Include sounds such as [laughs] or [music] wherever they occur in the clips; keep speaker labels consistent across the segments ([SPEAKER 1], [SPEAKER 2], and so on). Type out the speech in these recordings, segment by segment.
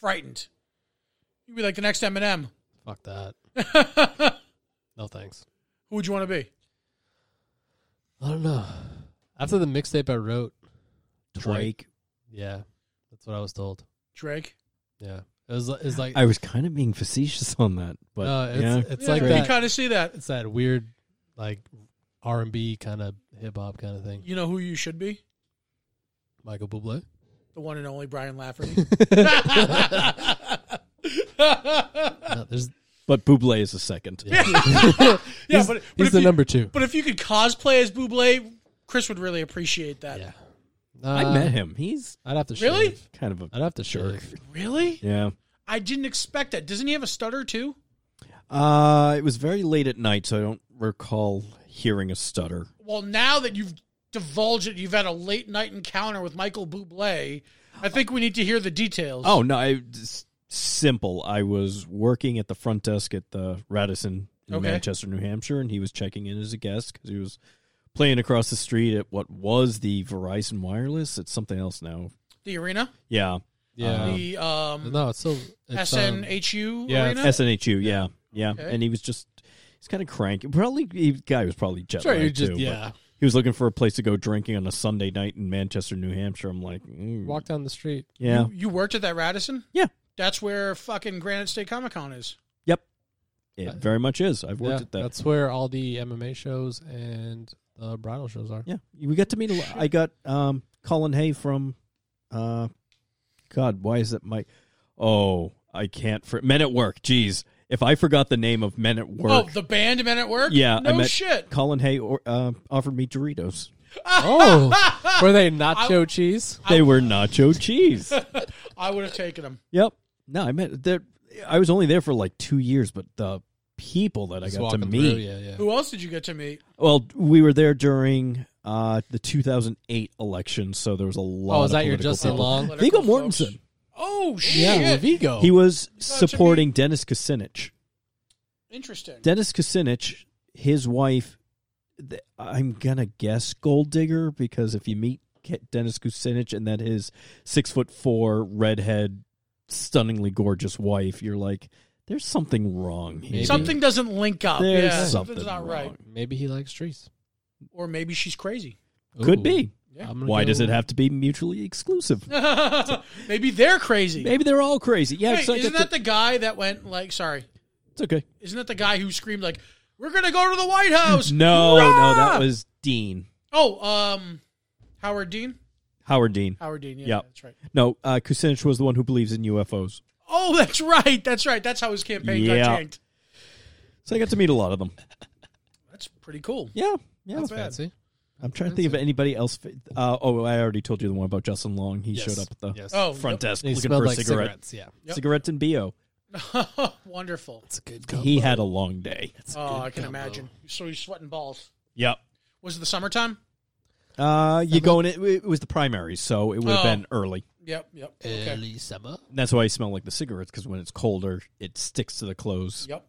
[SPEAKER 1] frightened. You'd be like the next Eminem. [laughs]
[SPEAKER 2] Fuck that.
[SPEAKER 1] Who
[SPEAKER 2] No thanks.
[SPEAKER 1] would you want to be?
[SPEAKER 2] I don't know. After the mixtape I wrote, Drake. yeah, that's what I was told.
[SPEAKER 1] Drake.
[SPEAKER 2] Yeah, it was. li- It's like
[SPEAKER 3] I was kind of being facetious on that, but
[SPEAKER 2] no, it's
[SPEAKER 3] yeah.
[SPEAKER 2] it's
[SPEAKER 1] Yeah,
[SPEAKER 2] like
[SPEAKER 1] you
[SPEAKER 2] that.
[SPEAKER 1] kind of see that.
[SPEAKER 2] It's that weird, like R and B kind of hip hop kind of thing.
[SPEAKER 1] You know who you should be?
[SPEAKER 2] Michael Bublé.
[SPEAKER 1] The one and only Brian Lafferty. [laughs]
[SPEAKER 2] No, there's
[SPEAKER 3] but Buble is a second.
[SPEAKER 2] yeah.
[SPEAKER 1] [laughs] yeah,
[SPEAKER 2] he's,
[SPEAKER 1] but, but,
[SPEAKER 2] he's
[SPEAKER 1] if
[SPEAKER 2] the
[SPEAKER 1] you, [laughs]
[SPEAKER 2] number two.
[SPEAKER 1] but if you could cosplay as Buble, Chris would really appreciate that.
[SPEAKER 2] Yeah,
[SPEAKER 3] I
[SPEAKER 2] Uh,
[SPEAKER 3] met him. He's
[SPEAKER 2] I'd have to
[SPEAKER 1] Really?
[SPEAKER 2] shave.
[SPEAKER 3] kind of a
[SPEAKER 2] I'd have to
[SPEAKER 3] jerk.
[SPEAKER 2] shave.
[SPEAKER 1] Really?
[SPEAKER 3] Yeah.
[SPEAKER 1] I didn't expect that. Doesn't he have a stutter too?
[SPEAKER 3] Uh, it was very late at night, so I don't recall hearing a stutter.
[SPEAKER 1] Well, now that you've divulged it, you've had a late night encounter with Michael Bublé. I think we need to hear the details.
[SPEAKER 3] Oh no, I just simple. I was working at the front desk at the Radisson in
[SPEAKER 1] Okay.
[SPEAKER 3] Manchester, New Hampshire, and he was checking in as a guest because he was playing across the street at what was the Verizon Wireless. It's something else now.
[SPEAKER 1] the arena,
[SPEAKER 3] Yeah,
[SPEAKER 2] Yeah.
[SPEAKER 3] Um,
[SPEAKER 1] the um,
[SPEAKER 2] no, it's so it's, um,
[SPEAKER 1] SNHU
[SPEAKER 2] yeah,
[SPEAKER 1] arena.
[SPEAKER 3] SNHU. Yeah, yeah,
[SPEAKER 1] Okay.
[SPEAKER 3] and he was just. He's kind of cranky. Probably the guy was probably jet
[SPEAKER 2] Sorry, you
[SPEAKER 3] lagged
[SPEAKER 2] just
[SPEAKER 3] too. but
[SPEAKER 2] yeah.
[SPEAKER 3] he was looking for a place to go drinking on a Sunday night in Manchester, New Hampshire. I'm like, mm,
[SPEAKER 2] Walk down the street.
[SPEAKER 3] yeah,
[SPEAKER 1] You, you worked at that Radisson?
[SPEAKER 3] Yeah.
[SPEAKER 1] That's where fucking Granite State Comic Con is.
[SPEAKER 3] it very much is. I've
[SPEAKER 2] Yeah,
[SPEAKER 3] worked at that.
[SPEAKER 2] that's where all the MMA shows and the bridal shows are.
[SPEAKER 3] Yeah, we got to meet. A lot. I got um, Colin Hay from, uh, God, why is that my? Oh, I can't. For Men at Work. Jeez, if I forgot the name of Men at Work,
[SPEAKER 1] Oh, the band men at work?
[SPEAKER 3] Yeah, I
[SPEAKER 1] No
[SPEAKER 3] met-
[SPEAKER 1] shit.
[SPEAKER 3] Colin Hay or, uh, offered me Doritos.
[SPEAKER 2] [laughs] Oh, were they nacho cheese?
[SPEAKER 3] They were nacho cheese.
[SPEAKER 1] I would have taken them.
[SPEAKER 3] yep. No, I met there. I was only there for like two years, but the people that I got to meet.
[SPEAKER 2] yeah, yeah.
[SPEAKER 1] Who else did you get to meet?
[SPEAKER 3] Well, we were there during uh, the 2008 election, so there was a lot.
[SPEAKER 2] Oh, is
[SPEAKER 3] of
[SPEAKER 2] that your
[SPEAKER 3] political
[SPEAKER 2] Justin
[SPEAKER 3] people.
[SPEAKER 2] Long? Oh.
[SPEAKER 1] Political
[SPEAKER 3] Viggo
[SPEAKER 1] folks.
[SPEAKER 3] Mortensen.
[SPEAKER 1] Oh, shit.
[SPEAKER 2] Yeah, Vigo.
[SPEAKER 3] He was
[SPEAKER 1] to meet-
[SPEAKER 3] supporting Dennis Kucinich.
[SPEAKER 1] Interesting.
[SPEAKER 3] Dennis Kucinich, his wife, th- I'm gonna guess gold digger because if you meet Ke- Dennis Kucinich and then his six foot four redhead, stunningly gorgeous wife, you're like, there's something wrong here.
[SPEAKER 2] Maybe.
[SPEAKER 1] Something doesn't link up.
[SPEAKER 3] There's
[SPEAKER 1] yeah,
[SPEAKER 3] something
[SPEAKER 1] something's not right.
[SPEAKER 3] wrong.
[SPEAKER 2] Maybe he likes trees.
[SPEAKER 1] Or maybe she's crazy. [laughs]
[SPEAKER 3] could
[SPEAKER 2] Ooh.
[SPEAKER 3] be.
[SPEAKER 1] Yeah.
[SPEAKER 2] I'm gonna
[SPEAKER 3] Why
[SPEAKER 2] go-
[SPEAKER 3] does it have to be mutually exclusive?
[SPEAKER 1] maybe they're crazy.
[SPEAKER 3] Maybe they're all crazy. Yeah,
[SPEAKER 1] Wait,
[SPEAKER 3] so I
[SPEAKER 1] isn't
[SPEAKER 3] get
[SPEAKER 1] that the guy that went like? Sorry,
[SPEAKER 3] the- it's okay.
[SPEAKER 1] isn't that the guy who screamed like, "We're gonna go to the White House"?
[SPEAKER 3] [laughs] No,
[SPEAKER 1] Rah!
[SPEAKER 3] no, that was Dean
[SPEAKER 1] oh, um, Howard Dean.
[SPEAKER 3] Howard Dean.
[SPEAKER 1] Howard Dean. Yeah,
[SPEAKER 3] Yep.
[SPEAKER 1] that's right.
[SPEAKER 3] No, uh, Kucinich was the one who believes in UFOs.
[SPEAKER 1] Oh, that's right. That's right. That's how his campaign
[SPEAKER 3] Yeah.
[SPEAKER 1] got tanked.
[SPEAKER 3] So I got to meet a lot of them.
[SPEAKER 1] That's pretty cool.
[SPEAKER 3] Yeah, yeah.
[SPEAKER 1] That's bad.
[SPEAKER 2] fancy.
[SPEAKER 3] I'm trying to think of anybody else. fa- Uh, oh, I already told you the one about Justin Long. He
[SPEAKER 2] Yes.
[SPEAKER 3] showed up at the
[SPEAKER 2] Yes.
[SPEAKER 1] Oh,
[SPEAKER 3] front desk
[SPEAKER 2] He
[SPEAKER 3] looking
[SPEAKER 2] smelled
[SPEAKER 3] for a
[SPEAKER 2] like
[SPEAKER 3] cigarette.
[SPEAKER 2] cigarettes. Yeah,
[SPEAKER 1] Yep.
[SPEAKER 3] Cigarettes and bo.
[SPEAKER 1] yep. [laughs] wonderful.
[SPEAKER 2] it's a good.
[SPEAKER 3] He had a long day.
[SPEAKER 1] Oh, I can imagine. So he's sweating balls.
[SPEAKER 3] Yep.
[SPEAKER 1] Was it the summertime?
[SPEAKER 3] Uh, you go in. It, it was the primaries, so it would have
[SPEAKER 1] Oh.
[SPEAKER 3] been early.
[SPEAKER 1] Yep. Yep. Okay.
[SPEAKER 2] early summer.
[SPEAKER 3] That's why I smell like the cigarettes because when it's colder, it sticks to the clothes
[SPEAKER 1] Yep.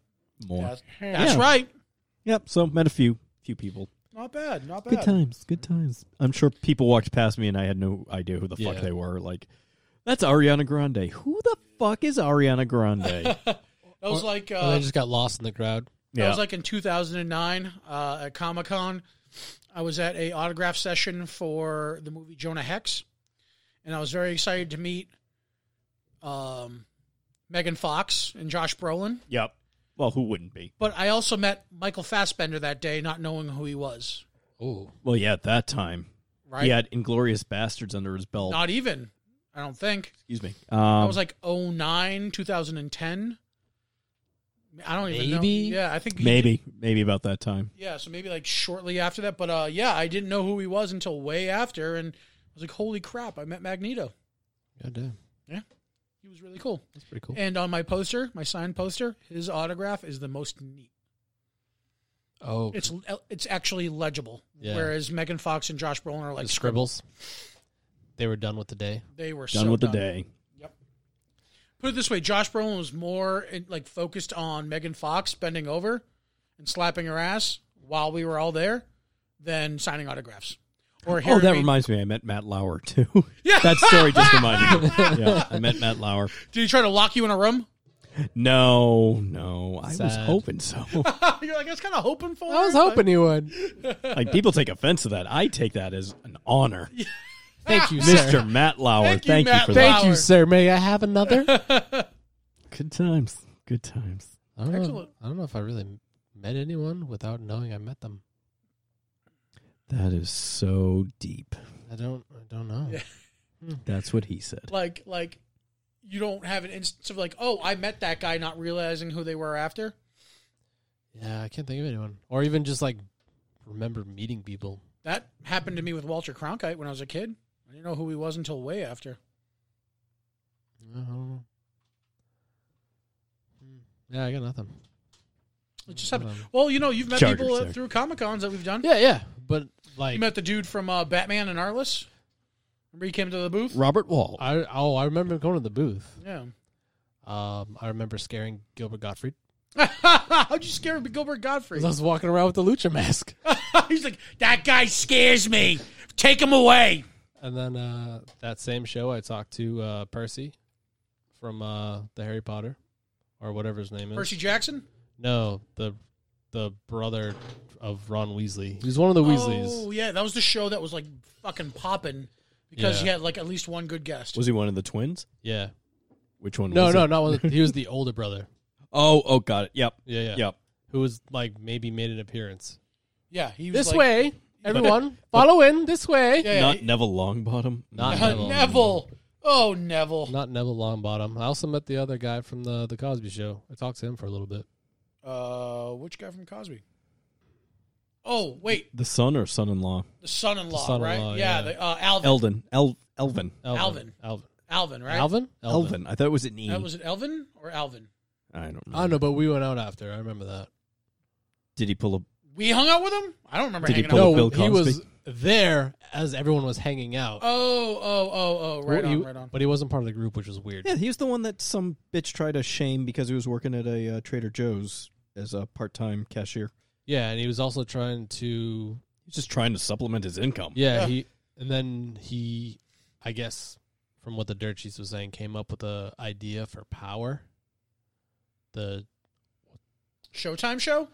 [SPEAKER 3] more.
[SPEAKER 1] That's, that's
[SPEAKER 3] Yeah.
[SPEAKER 1] right.
[SPEAKER 3] Yep. So met a few few people.
[SPEAKER 1] Not bad. Not bad.
[SPEAKER 3] Good times. Good times. I'm sure people walked past me and I had no idea who the
[SPEAKER 2] Yeah.
[SPEAKER 3] fuck they were. Like, that's Ariana Grande. Who the fuck is
[SPEAKER 1] [laughs]
[SPEAKER 3] Ariana [laughs] Grande?
[SPEAKER 1] That was like
[SPEAKER 2] Oh,
[SPEAKER 1] uh,
[SPEAKER 2] they just got lost in the crowd.
[SPEAKER 1] That was like in 2009 uh, at Comic Con. I was at a autograph session for the movie Jonah Hex, and I was very excited to meet um, Megan Fox and Josh Brolin.
[SPEAKER 3] Yep. Well, who wouldn't be?
[SPEAKER 1] But I also met Michael Fassbender that day, not knowing who he was.
[SPEAKER 2] Oh,
[SPEAKER 3] Well, yeah, at that time
[SPEAKER 1] Right?
[SPEAKER 3] he had Inglorious Bastards under his belt.
[SPEAKER 1] Not even. I don't think.
[SPEAKER 3] Excuse me.
[SPEAKER 1] I
[SPEAKER 3] Um,
[SPEAKER 1] was like 09, 2010. I don't even know.
[SPEAKER 2] Maybe?
[SPEAKER 1] Yeah, I think he-
[SPEAKER 3] Um, maybe, maybe about that time.
[SPEAKER 1] Yeah, so maybe like shortly after that. But uh, yeah, I didn't know who he was until way after, and I was like, "Holy crap! I met Magneto.
[SPEAKER 2] goddamn,
[SPEAKER 1] He was really cool."
[SPEAKER 2] that's pretty cool.
[SPEAKER 1] And on my poster, my signed poster, his autograph is the most neat.
[SPEAKER 2] Oh,
[SPEAKER 1] It's it's actually legible.
[SPEAKER 2] Yeah.
[SPEAKER 1] Whereas Megan Fox and Josh Brolin are like
[SPEAKER 2] the scribbles. They were done with the day.
[SPEAKER 1] They were
[SPEAKER 3] Done
[SPEAKER 1] so
[SPEAKER 3] with
[SPEAKER 1] done.
[SPEAKER 3] the day.
[SPEAKER 1] Put it this way: Josh Brolin was more in, like focused on Megan Fox bending over and slapping her ass while we were all there than signing autographs. Or
[SPEAKER 3] Oh,
[SPEAKER 1] Harry
[SPEAKER 3] that
[SPEAKER 1] Mead-
[SPEAKER 3] reminds me. I met Matt Lauer too.
[SPEAKER 1] Yeah.
[SPEAKER 3] [laughs] that story just reminded me.
[SPEAKER 1] [laughs]
[SPEAKER 3] Yeah, I met Matt Lauer.
[SPEAKER 1] Did he try to lock you in a room? [laughs]
[SPEAKER 3] No, no, I was
[SPEAKER 2] Sad.
[SPEAKER 3] hoping so. [laughs]
[SPEAKER 1] You're like, I was kind of hoping for.
[SPEAKER 2] I was
[SPEAKER 1] it, but-
[SPEAKER 2] hoping you would.
[SPEAKER 3] like people take offense to that. I take that as an honor,
[SPEAKER 2] Thank [laughs] you,
[SPEAKER 3] Mister
[SPEAKER 2] sir.
[SPEAKER 3] Matt Lauer.
[SPEAKER 1] Thank
[SPEAKER 3] Thank
[SPEAKER 1] you,
[SPEAKER 3] you,
[SPEAKER 1] Matt
[SPEAKER 3] for that.
[SPEAKER 2] Thank you, sir. May I have [laughs] another?
[SPEAKER 3] Good times. Good times.
[SPEAKER 2] I don't, know,
[SPEAKER 1] Excellent.
[SPEAKER 2] I don't know if I really met anyone without knowing I met them.
[SPEAKER 3] That is so deep.
[SPEAKER 2] I don't. I don't know.
[SPEAKER 1] Yeah.
[SPEAKER 3] That's what he said.
[SPEAKER 1] Like, like you don't have an instance of like, oh, I met that guy, not realizing who they were after.
[SPEAKER 2] Yeah, I can't think of anyone, or even just like remember meeting people.
[SPEAKER 1] That happened to me with Walter Cronkite when I was a kid. I didn't know who he was until way after.
[SPEAKER 2] I don't know. Hmm. Yeah, I got nothing.
[SPEAKER 1] It just
[SPEAKER 2] Hold
[SPEAKER 1] happened.
[SPEAKER 2] on.
[SPEAKER 1] Well, you know, you've met
[SPEAKER 3] Chargers,
[SPEAKER 1] people
[SPEAKER 3] sorry.
[SPEAKER 1] at, through Comic Cons that we've done.
[SPEAKER 2] Yeah, yeah, but
[SPEAKER 1] You
[SPEAKER 2] like
[SPEAKER 1] met the dude from uh, Batman and Arliss. Remember he came to the booth?
[SPEAKER 3] Robert Wall.
[SPEAKER 2] I oh I remember going to the booth.
[SPEAKER 1] Yeah. [laughs]
[SPEAKER 2] Um, I remember scaring Gilbert Gottfried. [laughs]
[SPEAKER 1] How'd you scare Gilbert
[SPEAKER 2] 'Cause
[SPEAKER 1] Godfrey? [laughs]
[SPEAKER 2] I was walking around with the lucha mask, [laughs]
[SPEAKER 1] He's like, that guy scares me. Take him away.
[SPEAKER 2] and then uh, that same show I talked to uh, Percy from uh, the Harry Potter or whatever his name is.
[SPEAKER 1] Percy Jackson?
[SPEAKER 2] No, the the brother of Ron Weasley. He was one of the
[SPEAKER 1] Oh,
[SPEAKER 2] Weasleys.
[SPEAKER 1] yeah. That was the show that was like fucking popping because
[SPEAKER 2] Yeah.
[SPEAKER 1] he had like at least one good guest.
[SPEAKER 3] Was he one of the twins?
[SPEAKER 2] Yeah.
[SPEAKER 3] Which one?
[SPEAKER 2] No,
[SPEAKER 3] was
[SPEAKER 2] no,
[SPEAKER 3] it?
[SPEAKER 2] not one. [laughs] of the- He was the older brother.
[SPEAKER 3] Oh, oh, got it. Yep,
[SPEAKER 2] Yeah, yeah.
[SPEAKER 3] yep.
[SPEAKER 2] Who was like maybe made an appearance.
[SPEAKER 1] yeah. He was
[SPEAKER 2] This
[SPEAKER 1] like-
[SPEAKER 2] [laughs] way, everyone, [laughs] follow in this way.
[SPEAKER 1] Yeah, yeah,
[SPEAKER 3] Not
[SPEAKER 1] he-
[SPEAKER 3] Neville Longbottom.
[SPEAKER 2] Not
[SPEAKER 1] Uh,
[SPEAKER 2] Neville.
[SPEAKER 1] Neville. Oh, Neville.
[SPEAKER 2] Not Neville Longbottom. I also met the other guy from the the Cosby Show. I talked to him for a little bit.
[SPEAKER 1] Uh, which guy from Cosby? Oh, wait.
[SPEAKER 3] the son or son-in-law.
[SPEAKER 1] The son-in-law,
[SPEAKER 2] The son-in-law,
[SPEAKER 1] right? Yeah.
[SPEAKER 2] yeah.
[SPEAKER 1] The, uh, Alvin.
[SPEAKER 3] Eldon. El- Elvin.
[SPEAKER 1] Alvin.
[SPEAKER 2] Alvin.
[SPEAKER 1] Alvin, right?
[SPEAKER 2] Alvin.
[SPEAKER 3] Elvin. I thought it was an E.
[SPEAKER 1] Uh, was it Elvin or Alvin?
[SPEAKER 3] I don't know.
[SPEAKER 2] I don't know, but we went out after. I remember that.
[SPEAKER 3] Did he pull a
[SPEAKER 1] We hung out with him? I don't remember
[SPEAKER 3] Did he
[SPEAKER 1] hanging
[SPEAKER 3] pull
[SPEAKER 1] out.
[SPEAKER 3] a-
[SPEAKER 2] no,
[SPEAKER 3] Bill
[SPEAKER 2] he
[SPEAKER 3] Cosby?
[SPEAKER 2] was there as everyone was hanging out.
[SPEAKER 1] Oh, oh, oh, oh. Right
[SPEAKER 2] He-
[SPEAKER 1] on, right on.
[SPEAKER 2] But he wasn't part of the group, which was weird.
[SPEAKER 3] Yeah, he was the one that some bitch tried to shame because he was working at a uh, Trader Joe's as a part-time cashier.
[SPEAKER 2] Yeah, and he was also trying to
[SPEAKER 3] He's just trying to supplement his income.
[SPEAKER 2] Yeah,
[SPEAKER 1] Yeah.
[SPEAKER 2] he and then he, I guess, from what the dirt sheets was saying, came up with a idea for power. The
[SPEAKER 1] Showtime show?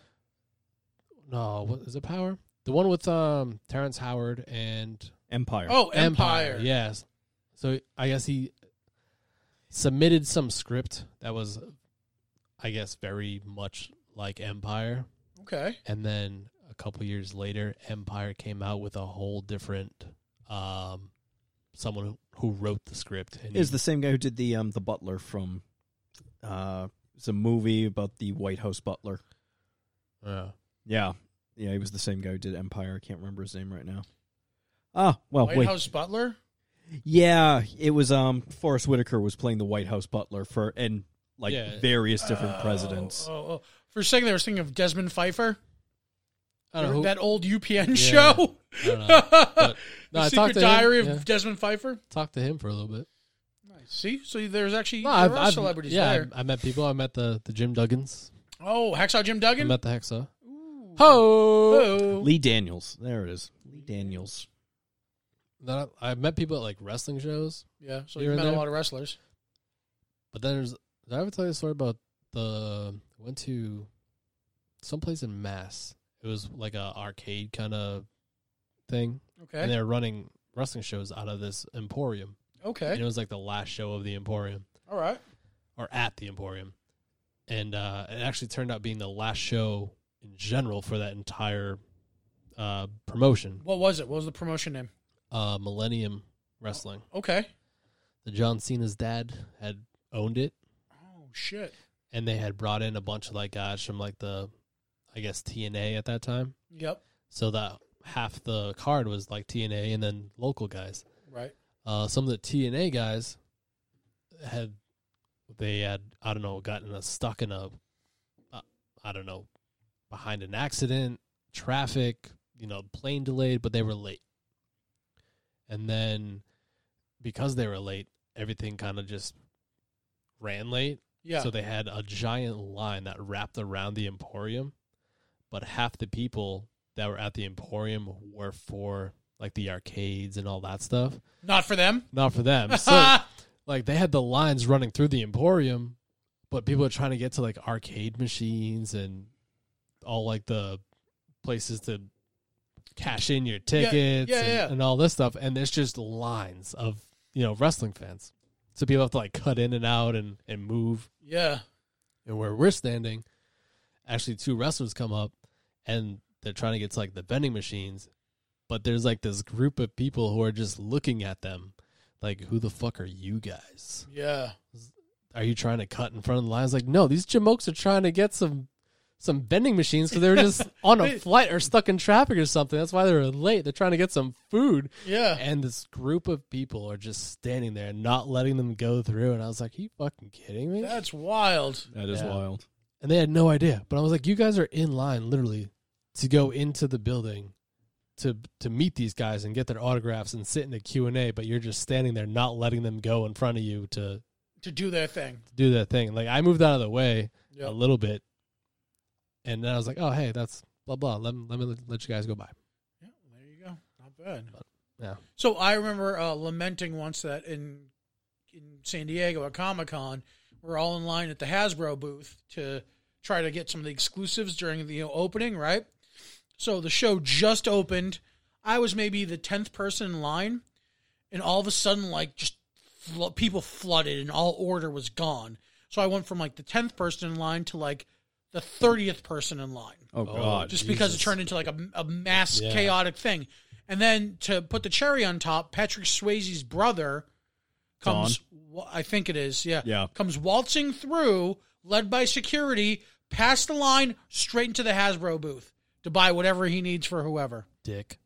[SPEAKER 2] no, what is it? Power, the one with um Terrence Howard and
[SPEAKER 3] Empire.
[SPEAKER 1] Oh, Empire.
[SPEAKER 2] Yes, so I guess he submitted some script that was, I guess, very much like Empire,
[SPEAKER 1] Okay.
[SPEAKER 2] and then a couple years later, Empire came out with a whole different um. Someone who, who wrote the script and he
[SPEAKER 3] is the same guy who did the um the butler from uh it's a movie about the White House butler.
[SPEAKER 2] Yeah.
[SPEAKER 3] Yeah. Yeah, he was the same guy who did Empire. I can't remember his name right now. Ah,
[SPEAKER 2] Oh,
[SPEAKER 3] well,
[SPEAKER 1] White
[SPEAKER 3] wait.
[SPEAKER 1] House Butler?
[SPEAKER 3] Yeah, it was um Forrest Whitaker was playing the White House butler for and like
[SPEAKER 2] Yeah.
[SPEAKER 3] various different presidents.
[SPEAKER 1] Oh, oh, oh. For a second, I was thinking of Desmond Pfeiffer.
[SPEAKER 2] I don't know. Who,
[SPEAKER 1] that old UPN
[SPEAKER 2] Yeah.
[SPEAKER 1] show?
[SPEAKER 2] I don't
[SPEAKER 1] [laughs]
[SPEAKER 2] know. But-
[SPEAKER 1] the
[SPEAKER 2] no, I
[SPEAKER 1] Secret
[SPEAKER 2] talked to
[SPEAKER 1] Diary
[SPEAKER 2] him.
[SPEAKER 1] of
[SPEAKER 2] yeah,
[SPEAKER 1] Desmond Pfeiffer?
[SPEAKER 2] talked to him for a little bit.
[SPEAKER 1] Nice. See? So there's actually
[SPEAKER 2] No,
[SPEAKER 1] there
[SPEAKER 2] I've-
[SPEAKER 1] are
[SPEAKER 2] I've-
[SPEAKER 1] celebrities
[SPEAKER 2] yeah,
[SPEAKER 1] there.
[SPEAKER 2] I, I met people. I met the the Jim Duggins.
[SPEAKER 1] Oh, Hacksaw Jim
[SPEAKER 2] I
[SPEAKER 1] Duggan?
[SPEAKER 2] met the Hexa. Ho!
[SPEAKER 1] Oh.
[SPEAKER 3] Lee Daniels. There it is. Lee Daniels.
[SPEAKER 2] Then I, I met people at like wrestling shows.
[SPEAKER 1] Yeah, so
[SPEAKER 2] You're
[SPEAKER 1] you've
[SPEAKER 2] in
[SPEAKER 1] met a
[SPEAKER 2] there?
[SPEAKER 1] lot of wrestlers.
[SPEAKER 2] But then there's did I ever tell you a story about the went to someplace in Mass? It was like a arcade kind of thing, and
[SPEAKER 1] Okay.
[SPEAKER 2] they were running wrestling shows out of this Emporium. And
[SPEAKER 1] Okay.
[SPEAKER 2] it was like the last show of the Emporium.
[SPEAKER 1] All right.
[SPEAKER 2] or at the Emporium, and uh, it actually turned out being the last show in general for that entire uh, promotion,
[SPEAKER 1] What was it? What was the promotion name?
[SPEAKER 2] uh, Millennium Wrestling.
[SPEAKER 1] Okay.
[SPEAKER 2] The John Cena's dad had owned it,
[SPEAKER 1] Oh, shit.
[SPEAKER 2] and they had brought in a bunch of like guys from like the, I guess TNA at that time.
[SPEAKER 1] Yep.
[SPEAKER 2] So that half the card was like TNA and then local guys.
[SPEAKER 1] Right.
[SPEAKER 2] uh, some of the TNA guys had they had I don't know gotten us stuck in a uh, I don't know behind an accident, traffic, you know, plane delayed, but they were late. And then because they were late, everything kind of just ran late.
[SPEAKER 1] Yeah.
[SPEAKER 2] So they had a giant line that wrapped around the Emporium, but half the people that were at the Emporium were for like the arcades and all that stuff.
[SPEAKER 1] Not for them.
[SPEAKER 2] Not for [laughs] them.
[SPEAKER 1] [laughs]
[SPEAKER 2] So like they had the lines running through the Emporium, but people are trying to get to like arcade machines and all like the places to cash in your tickets
[SPEAKER 1] yeah,
[SPEAKER 2] and,
[SPEAKER 1] yeah.
[SPEAKER 2] and all this stuff. And there's just lines of you know wrestling fans, so people have to like cut in and out and and move.
[SPEAKER 1] yeah.
[SPEAKER 2] And where we're standing, actually two wrestlers come up and they're trying to get to like the vending machines, but there's like this group of people who are just looking at them. Like, who the fuck are you guys?
[SPEAKER 1] Yeah.
[SPEAKER 2] are you trying to cut in front of the lines? Like, no, these jamokes are trying to get some some vending machines because they were just on a
[SPEAKER 1] Wait.
[SPEAKER 2] flight or stuck in traffic or something. That's why they were late. They're trying to get some food,
[SPEAKER 1] Yeah.
[SPEAKER 2] and this group of people are just standing there and not letting them go through. And I was like, "You fucking kidding me?"
[SPEAKER 1] That's wild.
[SPEAKER 3] That is
[SPEAKER 2] Yeah.
[SPEAKER 3] wild.
[SPEAKER 2] and they had no idea. But I was like, "You guys are in line, literally, to go into the building." To, to meet these guys and get their autographs and sit in the Q and A, but you're just standing there, not letting them go in front of you to
[SPEAKER 1] To do their thing.
[SPEAKER 2] do that thing. Like I moved out of the way,
[SPEAKER 1] Yep.
[SPEAKER 2] a little bit. And then I was like, oh, hey, that's blah, blah. Let, me- let me let you guys go by.
[SPEAKER 1] Yeah, there you go. Not bad.
[SPEAKER 2] Yeah.
[SPEAKER 1] So I remember uh, lamenting once that in in San Diego at Comic Con, we're all in line at the Hasbro booth to try to get some of the exclusives during the you know, opening, right? So the show just opened. I was maybe the tenth person in line, and all of a sudden, like just flo- people flooded, and all order was gone. So I went from like the tenth person in line to like the thirtieth person in line
[SPEAKER 3] Oh, god.
[SPEAKER 1] just because it
[SPEAKER 2] Jesus.
[SPEAKER 1] turned into like a, a mass
[SPEAKER 2] Yeah.
[SPEAKER 1] chaotic thing. And then to put the cherry on top, Patrick Swayze's brother comes, wa- I think it is, yeah,
[SPEAKER 3] Yeah.
[SPEAKER 1] comes waltzing through, led by security, past the line, straight into the Hasbro booth to buy whatever he needs for whoever.
[SPEAKER 2] Dick.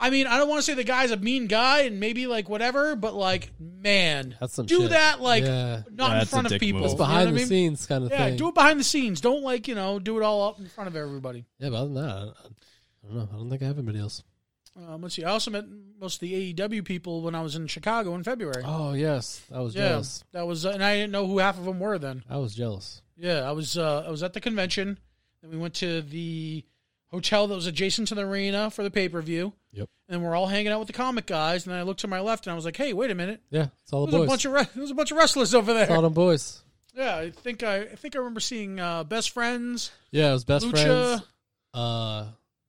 [SPEAKER 1] I mean, I don't want to say the guy's a mean guy and maybe like whatever, but like, man,
[SPEAKER 2] That's some
[SPEAKER 1] do
[SPEAKER 2] shit.
[SPEAKER 1] that like
[SPEAKER 2] Yeah.
[SPEAKER 1] not
[SPEAKER 3] Yeah,
[SPEAKER 1] in
[SPEAKER 3] that's a
[SPEAKER 1] front of
[SPEAKER 3] dick
[SPEAKER 1] people.
[SPEAKER 3] move.
[SPEAKER 1] you
[SPEAKER 2] It's
[SPEAKER 1] know
[SPEAKER 2] behind
[SPEAKER 1] what I
[SPEAKER 2] the
[SPEAKER 1] mean?
[SPEAKER 2] scenes kind of
[SPEAKER 1] Yeah,
[SPEAKER 2] thing.
[SPEAKER 1] do it behind the scenes. Don't like you know do it all up in front of everybody.
[SPEAKER 2] Yeah, but other than that, I I don't know. I don't think I have anybody else.
[SPEAKER 1] Um, let's see. I also met most of the AEW people when I was in Chicago in February.
[SPEAKER 2] Oh, yes. I was
[SPEAKER 1] yeah,
[SPEAKER 2] jealous.
[SPEAKER 1] that was, uh, and I didn't know who half of them were then.
[SPEAKER 2] I was jealous.
[SPEAKER 1] Yeah, I was, uh, I was at the convention. Then we went to the hotel that was adjacent to the arena for the pay per view.
[SPEAKER 2] Yep.
[SPEAKER 1] And we're all hanging out with the comic guys. And then I looked to my left and I was like, "Hey, wait a minute!
[SPEAKER 2] Yeah, it's all the
[SPEAKER 1] There's a
[SPEAKER 2] Oh, boys.
[SPEAKER 1] bunch of re- there's a bunch of wrestlers over
[SPEAKER 2] it's all
[SPEAKER 1] there."
[SPEAKER 2] them boys.
[SPEAKER 1] Yeah, I think I, I think I remember seeing uh, Best Friends,
[SPEAKER 2] Yeah, it was best
[SPEAKER 1] Lucha,
[SPEAKER 2] friends. Uh,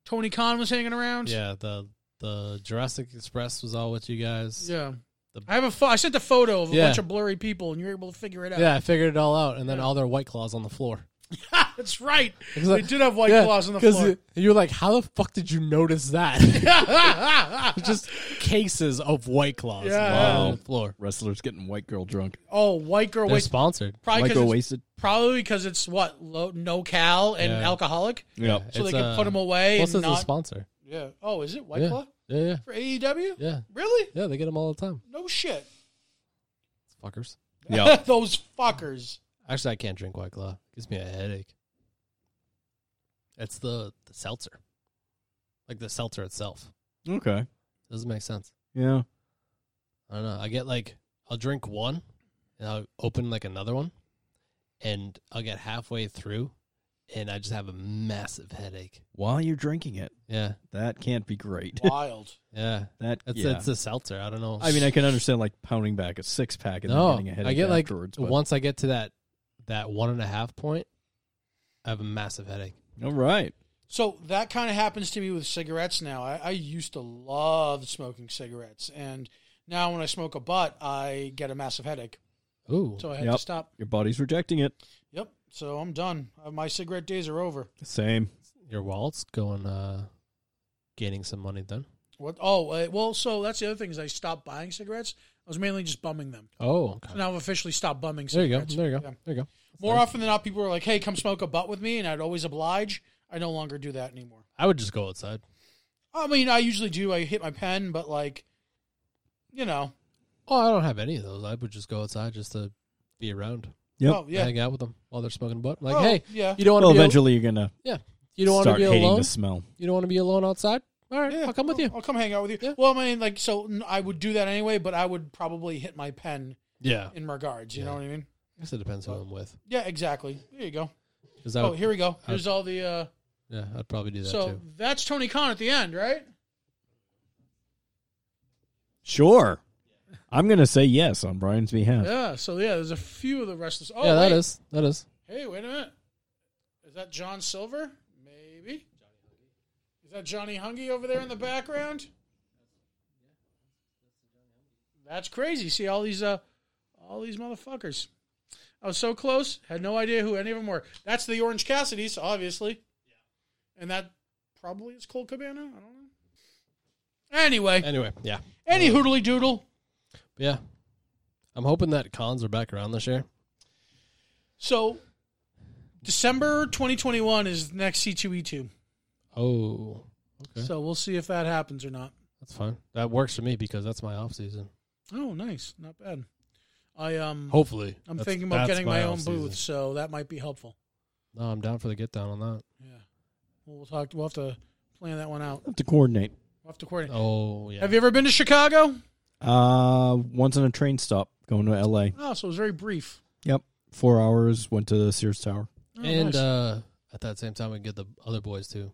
[SPEAKER 1] Tony Khan was hanging around.
[SPEAKER 2] yeah, the the Jurassic Express was all with you guys.
[SPEAKER 1] Yeah.
[SPEAKER 2] The-
[SPEAKER 1] I have a pho- I sent a photo of a
[SPEAKER 2] Yeah.
[SPEAKER 1] bunch of blurry people, and you're able to figure it out.
[SPEAKER 2] Yeah, I figured it all out, and then
[SPEAKER 1] Yeah.
[SPEAKER 2] all their white claws on the floor.
[SPEAKER 1] [laughs] That's right.
[SPEAKER 2] It was
[SPEAKER 1] They
[SPEAKER 2] like-
[SPEAKER 1] did have white
[SPEAKER 2] Yeah,
[SPEAKER 1] claws on the
[SPEAKER 2] 'cause
[SPEAKER 1] [laughs] floor.
[SPEAKER 2] you- You were like, how the fuck did you
[SPEAKER 1] [laughs]
[SPEAKER 2] notice that? [laughs] just cases of white claws
[SPEAKER 1] Yeah.
[SPEAKER 2] on the floor.
[SPEAKER 3] Wrestlers getting white girl drunk.
[SPEAKER 1] oh, white girl
[SPEAKER 2] They're
[SPEAKER 1] waste.
[SPEAKER 2] sponsored.
[SPEAKER 1] Probably
[SPEAKER 3] White girl
[SPEAKER 1] because it's,
[SPEAKER 3] wasted.
[SPEAKER 1] probably because it's what low, no cal and
[SPEAKER 2] Yeah. alcoholic?
[SPEAKER 1] alcoholic,
[SPEAKER 3] Yeah.
[SPEAKER 1] so
[SPEAKER 2] It's,
[SPEAKER 1] they can
[SPEAKER 2] uh,
[SPEAKER 1] put them away
[SPEAKER 2] Plus,
[SPEAKER 1] and
[SPEAKER 2] it's a
[SPEAKER 1] not.
[SPEAKER 2] sponsor.
[SPEAKER 1] yeah. Oh, is it white
[SPEAKER 2] yeah.
[SPEAKER 1] claw
[SPEAKER 2] yeah, yeah,
[SPEAKER 1] for AEW?
[SPEAKER 2] yeah,
[SPEAKER 1] Really?
[SPEAKER 2] yeah. They get them all the time.
[SPEAKER 1] No shit.
[SPEAKER 2] Fuckers.
[SPEAKER 1] [laughs]
[SPEAKER 3] Yeah.
[SPEAKER 1] Those fuckers.
[SPEAKER 2] Actually, I can't drink white claw. gives me a headache. It's the, the seltzer, like the seltzer itself.
[SPEAKER 3] okay.
[SPEAKER 2] Doesn't make sense.
[SPEAKER 3] Yeah.
[SPEAKER 2] I don't know. I get like I'll drink one, and I'll open like another one, and I'll get halfway through, and I just have a massive headache.
[SPEAKER 3] While you're drinking it,
[SPEAKER 2] Yeah,
[SPEAKER 3] that can't be great.
[SPEAKER 1] Wild.
[SPEAKER 2] yeah.
[SPEAKER 3] That
[SPEAKER 2] It's
[SPEAKER 3] yeah.
[SPEAKER 2] it's a seltzer. I don't know.
[SPEAKER 3] I mean, I can understand like pounding back a six pack and then
[SPEAKER 2] no,
[SPEAKER 3] getting a headache
[SPEAKER 2] I get like
[SPEAKER 3] afterwards. but-
[SPEAKER 2] once I get to that that one and a half point, I have a massive headache.
[SPEAKER 3] All right.
[SPEAKER 1] So that kind of happens to me with cigarettes now. I, I used to love smoking cigarettes, and now when I smoke a butt, I get a massive headache.
[SPEAKER 2] Ooh,
[SPEAKER 1] So I had to
[SPEAKER 3] Yep.
[SPEAKER 1] stop.
[SPEAKER 3] Your body's rejecting it.
[SPEAKER 1] Yep. So I'm done. Uh, My cigarette days are over.
[SPEAKER 3] Same.
[SPEAKER 2] your wallet's going uh gaining some money then.
[SPEAKER 1] What? Oh, uh, well. So that's the other thing is I stopped buying cigarettes. I was mainly just bumming them.
[SPEAKER 2] Oh, okay.
[SPEAKER 1] So now I've officially stopped bumming
[SPEAKER 2] there you go.
[SPEAKER 1] cigarettes.
[SPEAKER 2] There you go.
[SPEAKER 1] Yeah.
[SPEAKER 2] There you go.
[SPEAKER 1] More
[SPEAKER 2] nice.
[SPEAKER 1] often than not, people were like, "Hey, come smoke a butt with me," and I'd always oblige. I no longer do that anymore.
[SPEAKER 2] I would just go outside.
[SPEAKER 1] I mean, I usually do. I hit my pen, but like, you know,
[SPEAKER 2] Oh, I don't have any of those. I would just go outside just to be around,
[SPEAKER 3] Yep.
[SPEAKER 1] oh yeah,
[SPEAKER 2] hang out with them while they're smoking butt. Like,
[SPEAKER 1] Oh,
[SPEAKER 2] hey,
[SPEAKER 1] yeah,
[SPEAKER 2] you don't
[SPEAKER 3] Well,
[SPEAKER 2] want to be al-
[SPEAKER 3] eventually you're gonna
[SPEAKER 2] you don't want to
[SPEAKER 3] start
[SPEAKER 2] be
[SPEAKER 3] hating
[SPEAKER 2] alone.
[SPEAKER 3] the smell.
[SPEAKER 2] You don't want to be alone outside. All right,
[SPEAKER 1] Yeah, Oh,
[SPEAKER 2] I'll come with you.
[SPEAKER 1] I'll come hang out with you.
[SPEAKER 2] Yeah.
[SPEAKER 1] Well, I mean, like, so n- I would do that anyway, but I would probably hit my pen
[SPEAKER 2] Yeah,
[SPEAKER 1] in regards. You
[SPEAKER 2] Yeah.
[SPEAKER 1] know what I mean?
[SPEAKER 2] I guess it depends who I'm with.
[SPEAKER 1] Yeah, exactly. There you go.
[SPEAKER 2] 'Cause I
[SPEAKER 1] Oh,
[SPEAKER 2] would-
[SPEAKER 1] here we go. Here's all the. uh
[SPEAKER 2] yeah, I'd probably do that
[SPEAKER 1] So
[SPEAKER 2] too.
[SPEAKER 1] that's Tony Khan at the end, right?
[SPEAKER 3] Sure. I'm going to say yes on Brian's behalf.
[SPEAKER 1] Yeah, so yeah, there's a few of the wrestlers. Oh,
[SPEAKER 2] yeah, that
[SPEAKER 1] wait.
[SPEAKER 2] is that is.
[SPEAKER 1] Hey, wait a minute. Is that John Silver? Maybe. Is that Johnny Hungy over there in the background? That's crazy. See all these uh all these motherfuckers. I was so close, had no idea who any of them were. That's the Orange Cassidy's, obviously. And that probably is Cole Cabana. I don't know. Anyway,
[SPEAKER 2] Anyway, yeah,
[SPEAKER 1] any hoodly doodle.
[SPEAKER 2] yeah. I'm hoping that cons are back around this year.
[SPEAKER 1] So December 2021 is next C2E2.
[SPEAKER 2] Oh, okay,
[SPEAKER 1] So we'll see if that happens or not.
[SPEAKER 2] that's fine. That works for me because that's my off season.
[SPEAKER 1] Oh, nice, not bad. I um,
[SPEAKER 2] Hopefully,
[SPEAKER 1] I'm
[SPEAKER 2] That's-
[SPEAKER 1] thinking about
[SPEAKER 2] that's
[SPEAKER 1] getting my, own
[SPEAKER 2] off-season.
[SPEAKER 1] booth, so that might be helpful.
[SPEAKER 2] No, I'm down for the get down on that.
[SPEAKER 1] Yeah, well, we'll talk. We'll have to plan that one out.
[SPEAKER 3] have to coordinate.
[SPEAKER 1] We'll have to coordinate.
[SPEAKER 2] Oh yeah.
[SPEAKER 1] Have you ever been to Chicago?
[SPEAKER 3] Uh, once on a train stop going to L.A.
[SPEAKER 1] Oh, so it was very brief.
[SPEAKER 3] Yep. Four hours, went to the Sears Tower.
[SPEAKER 1] Oh,
[SPEAKER 2] and
[SPEAKER 1] nice.
[SPEAKER 2] uh, at that same time, we can get the other
[SPEAKER 1] [laughs]
[SPEAKER 2] boys too.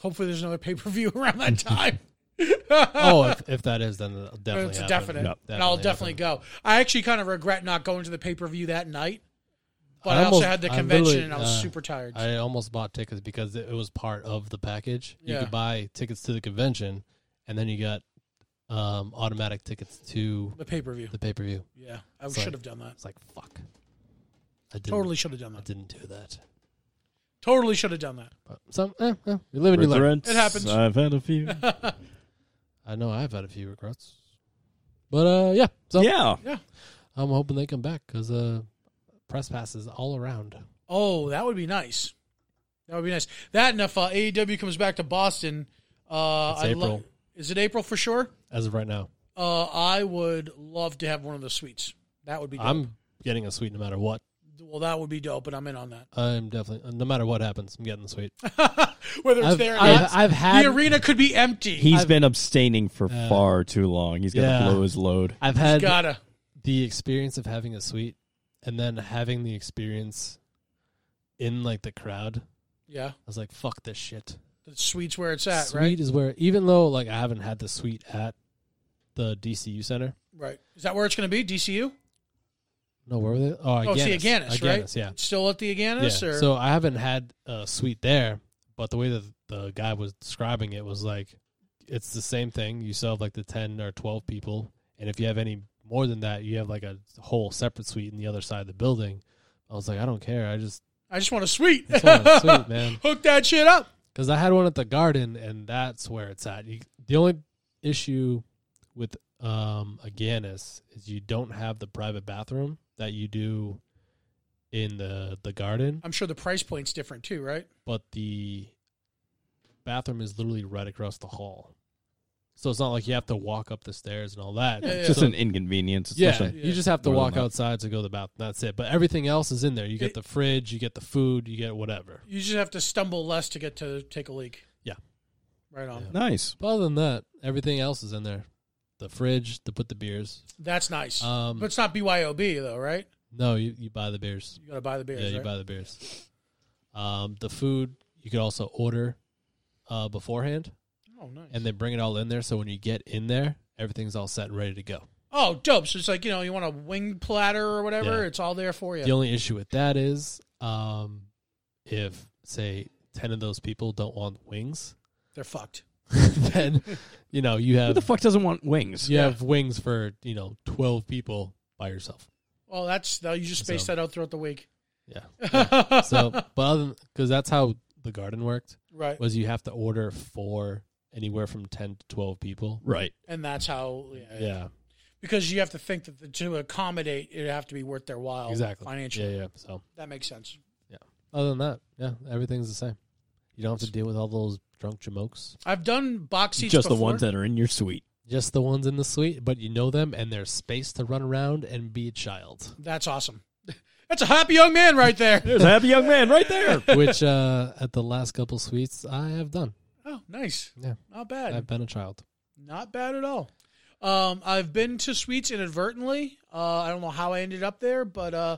[SPEAKER 1] hopefully, there's another pay per view [laughs] around
[SPEAKER 2] [laughs]
[SPEAKER 1] that time. [laughs]
[SPEAKER 2] Oh, if, if that is, then it'll definitely
[SPEAKER 1] it's a
[SPEAKER 2] happen.
[SPEAKER 1] definite,
[SPEAKER 3] Yep.
[SPEAKER 1] and I'll definitely
[SPEAKER 2] happen.
[SPEAKER 1] go. I actually kind of regret not going to the pay per view that night, but I,
[SPEAKER 2] I
[SPEAKER 1] also
[SPEAKER 2] almost-
[SPEAKER 1] had the
[SPEAKER 2] I
[SPEAKER 1] convention
[SPEAKER 2] literally-
[SPEAKER 1] and I was
[SPEAKER 2] uh,
[SPEAKER 1] super tired.
[SPEAKER 2] I almost bought tickets because it was part of the package. You
[SPEAKER 1] Yeah.
[SPEAKER 2] could buy tickets to the convention, and then you got um, automatic tickets to
[SPEAKER 1] the pay per view.
[SPEAKER 2] the pay per view.
[SPEAKER 1] Yeah, I
[SPEAKER 2] It's
[SPEAKER 1] should
[SPEAKER 2] like-
[SPEAKER 1] have done that.
[SPEAKER 2] It's like fuck. I didn't,
[SPEAKER 1] Totally should have done
[SPEAKER 2] I
[SPEAKER 1] that.
[SPEAKER 2] didn't do that.
[SPEAKER 1] Totally should have done that.
[SPEAKER 2] But some, eh, eh, you live and you learn.
[SPEAKER 3] Regrets,
[SPEAKER 1] It happens.
[SPEAKER 3] I've had a few.
[SPEAKER 2] I know I've had a few regrets, but uh, yeah. So
[SPEAKER 3] yeah.
[SPEAKER 2] I'm hoping they come back because uh, press passes all around.
[SPEAKER 1] Oh, that would be nice. That would be nice. That and if uh, AEW comes back to Boston, uh,
[SPEAKER 2] It's
[SPEAKER 1] I'd
[SPEAKER 2] April.
[SPEAKER 1] lo- is it April for sure?
[SPEAKER 2] As of right now,
[SPEAKER 1] Uh, I would love to have one of the suites. That would be dope.
[SPEAKER 2] I'm getting a suite no matter what.
[SPEAKER 1] well, that would be dope, and I'm in on that.
[SPEAKER 2] I'm definitely no matter what happens, I'm getting the suite.
[SPEAKER 1] Whether it's
[SPEAKER 2] I've,
[SPEAKER 1] there or
[SPEAKER 2] I've-
[SPEAKER 1] not,
[SPEAKER 2] I've had
[SPEAKER 1] the arena could be empty.
[SPEAKER 3] He's
[SPEAKER 2] I've-
[SPEAKER 3] been abstaining for
[SPEAKER 2] Uh,
[SPEAKER 3] far too long. He's gonna
[SPEAKER 2] yeah.
[SPEAKER 3] blow his load.
[SPEAKER 2] [laughs] I've had
[SPEAKER 1] gotta.
[SPEAKER 2] the experience of having a suite and then having the experience in like the crowd. I
[SPEAKER 1] Yeah,
[SPEAKER 2] was like, fuck this shit.
[SPEAKER 1] the suite's where it's at,
[SPEAKER 2] suite
[SPEAKER 1] right?
[SPEAKER 2] is where even though like I haven't had the suite at the DCU center.
[SPEAKER 1] Right. Is that where it's going to be? DCU?
[SPEAKER 2] No, where were they? Oh,
[SPEAKER 1] Oh, see, Aganis, right?
[SPEAKER 2] Aganis, yeah.
[SPEAKER 1] Still at the
[SPEAKER 2] yeah.
[SPEAKER 1] Aganis, or
[SPEAKER 2] So I haven't had a suite there, but the way that the guy was describing it was like it's the same thing. You still have like the ten or twelve people, and if you have any more than that, you have like a whole separate suite in the other side of the building. I was like, I don't care. I just
[SPEAKER 1] I just want a suite.
[SPEAKER 2] I just want
[SPEAKER 1] [laughs]
[SPEAKER 2] a suite, man.
[SPEAKER 1] Hook that shit up.
[SPEAKER 2] because I had one at the garden, and that's where it's at. You, the only issue with um, Aganis is you don't have the private bathroom that you do in the the garden.
[SPEAKER 1] I'm sure the price point's different too, right?
[SPEAKER 2] but the bathroom is literally right across the hall. So it's not like you have to walk up the stairs and all that.
[SPEAKER 1] Yeah, yeah.
[SPEAKER 3] Just
[SPEAKER 2] So-
[SPEAKER 3] an inconvenience. It's
[SPEAKER 2] yeah,
[SPEAKER 3] nothing.
[SPEAKER 1] Yeah.
[SPEAKER 2] you just have to
[SPEAKER 3] More than
[SPEAKER 2] walk
[SPEAKER 3] that.
[SPEAKER 2] outside to go to the bathroom. That's it. But everything else is in there. You get
[SPEAKER 1] It-
[SPEAKER 2] the fridge, you get the food, you get whatever.
[SPEAKER 1] You just have to stumble less to get to take a leak.
[SPEAKER 2] Yeah.
[SPEAKER 1] Right on.
[SPEAKER 2] Yeah.
[SPEAKER 3] Nice.
[SPEAKER 2] But other than that, everything else is in there. The fridge to put the beers.
[SPEAKER 1] That's nice.
[SPEAKER 2] Um,
[SPEAKER 1] but it's not BYOB though, right?
[SPEAKER 2] no, you, you buy the beers.
[SPEAKER 1] You gotta buy the beers,
[SPEAKER 2] yeah, you
[SPEAKER 1] right?
[SPEAKER 2] buy the beers. Um, the food you could also order uh, beforehand,
[SPEAKER 1] oh nice.
[SPEAKER 2] and they bring it all in there. So when you get in there, everything's all set and ready to go.
[SPEAKER 1] oh dope. So it's like, you know, you want a wing platter or whatever,
[SPEAKER 2] Yeah.
[SPEAKER 1] it's all there for you.
[SPEAKER 2] The only issue with that is um, if, say, 10 of those people don't want wings, [laughs]
[SPEAKER 1] They're fucked.
[SPEAKER 2] then, you know, you
[SPEAKER 3] Who the
[SPEAKER 2] have
[SPEAKER 3] fuck doesn't want wings?
[SPEAKER 2] you have wings for, you know, 12 people by yourself.
[SPEAKER 1] Well that's now you just space
[SPEAKER 2] So-
[SPEAKER 1] that out throughout the week. [laughs]
[SPEAKER 2] Yeah. So, but other because that's how the garden worked,
[SPEAKER 1] right.
[SPEAKER 2] was you have to order for anywhere from 10 to 12 people.
[SPEAKER 3] Right.
[SPEAKER 1] And that's how yeah,
[SPEAKER 2] Yeah,
[SPEAKER 1] Because you have to think that the, to accommodate it'd have to be worth their while
[SPEAKER 2] exactly.
[SPEAKER 1] financially.
[SPEAKER 2] Yeah, yeah. So,
[SPEAKER 1] That makes sense.
[SPEAKER 2] other than that, yeah, everything's the same. You don't have to deal with all those drunk jamokes.
[SPEAKER 1] I've done box seats
[SPEAKER 3] Just the
[SPEAKER 1] before.
[SPEAKER 3] ones that are in your suite.
[SPEAKER 2] just the ones in the suite, but you know them and there's space to run around and be a child.
[SPEAKER 1] That's awesome. [laughs] That's a happy young man right there.
[SPEAKER 3] [laughs] There's a happy young man right there.
[SPEAKER 2] [laughs] Which uh, at the last couple suites I have done.
[SPEAKER 1] Oh, nice.
[SPEAKER 2] Yeah.
[SPEAKER 1] Not bad.
[SPEAKER 2] I've been a child.
[SPEAKER 1] Not bad at all. Um, I've been to suites inadvertently. Uh, I don't know how I ended up there, but uh,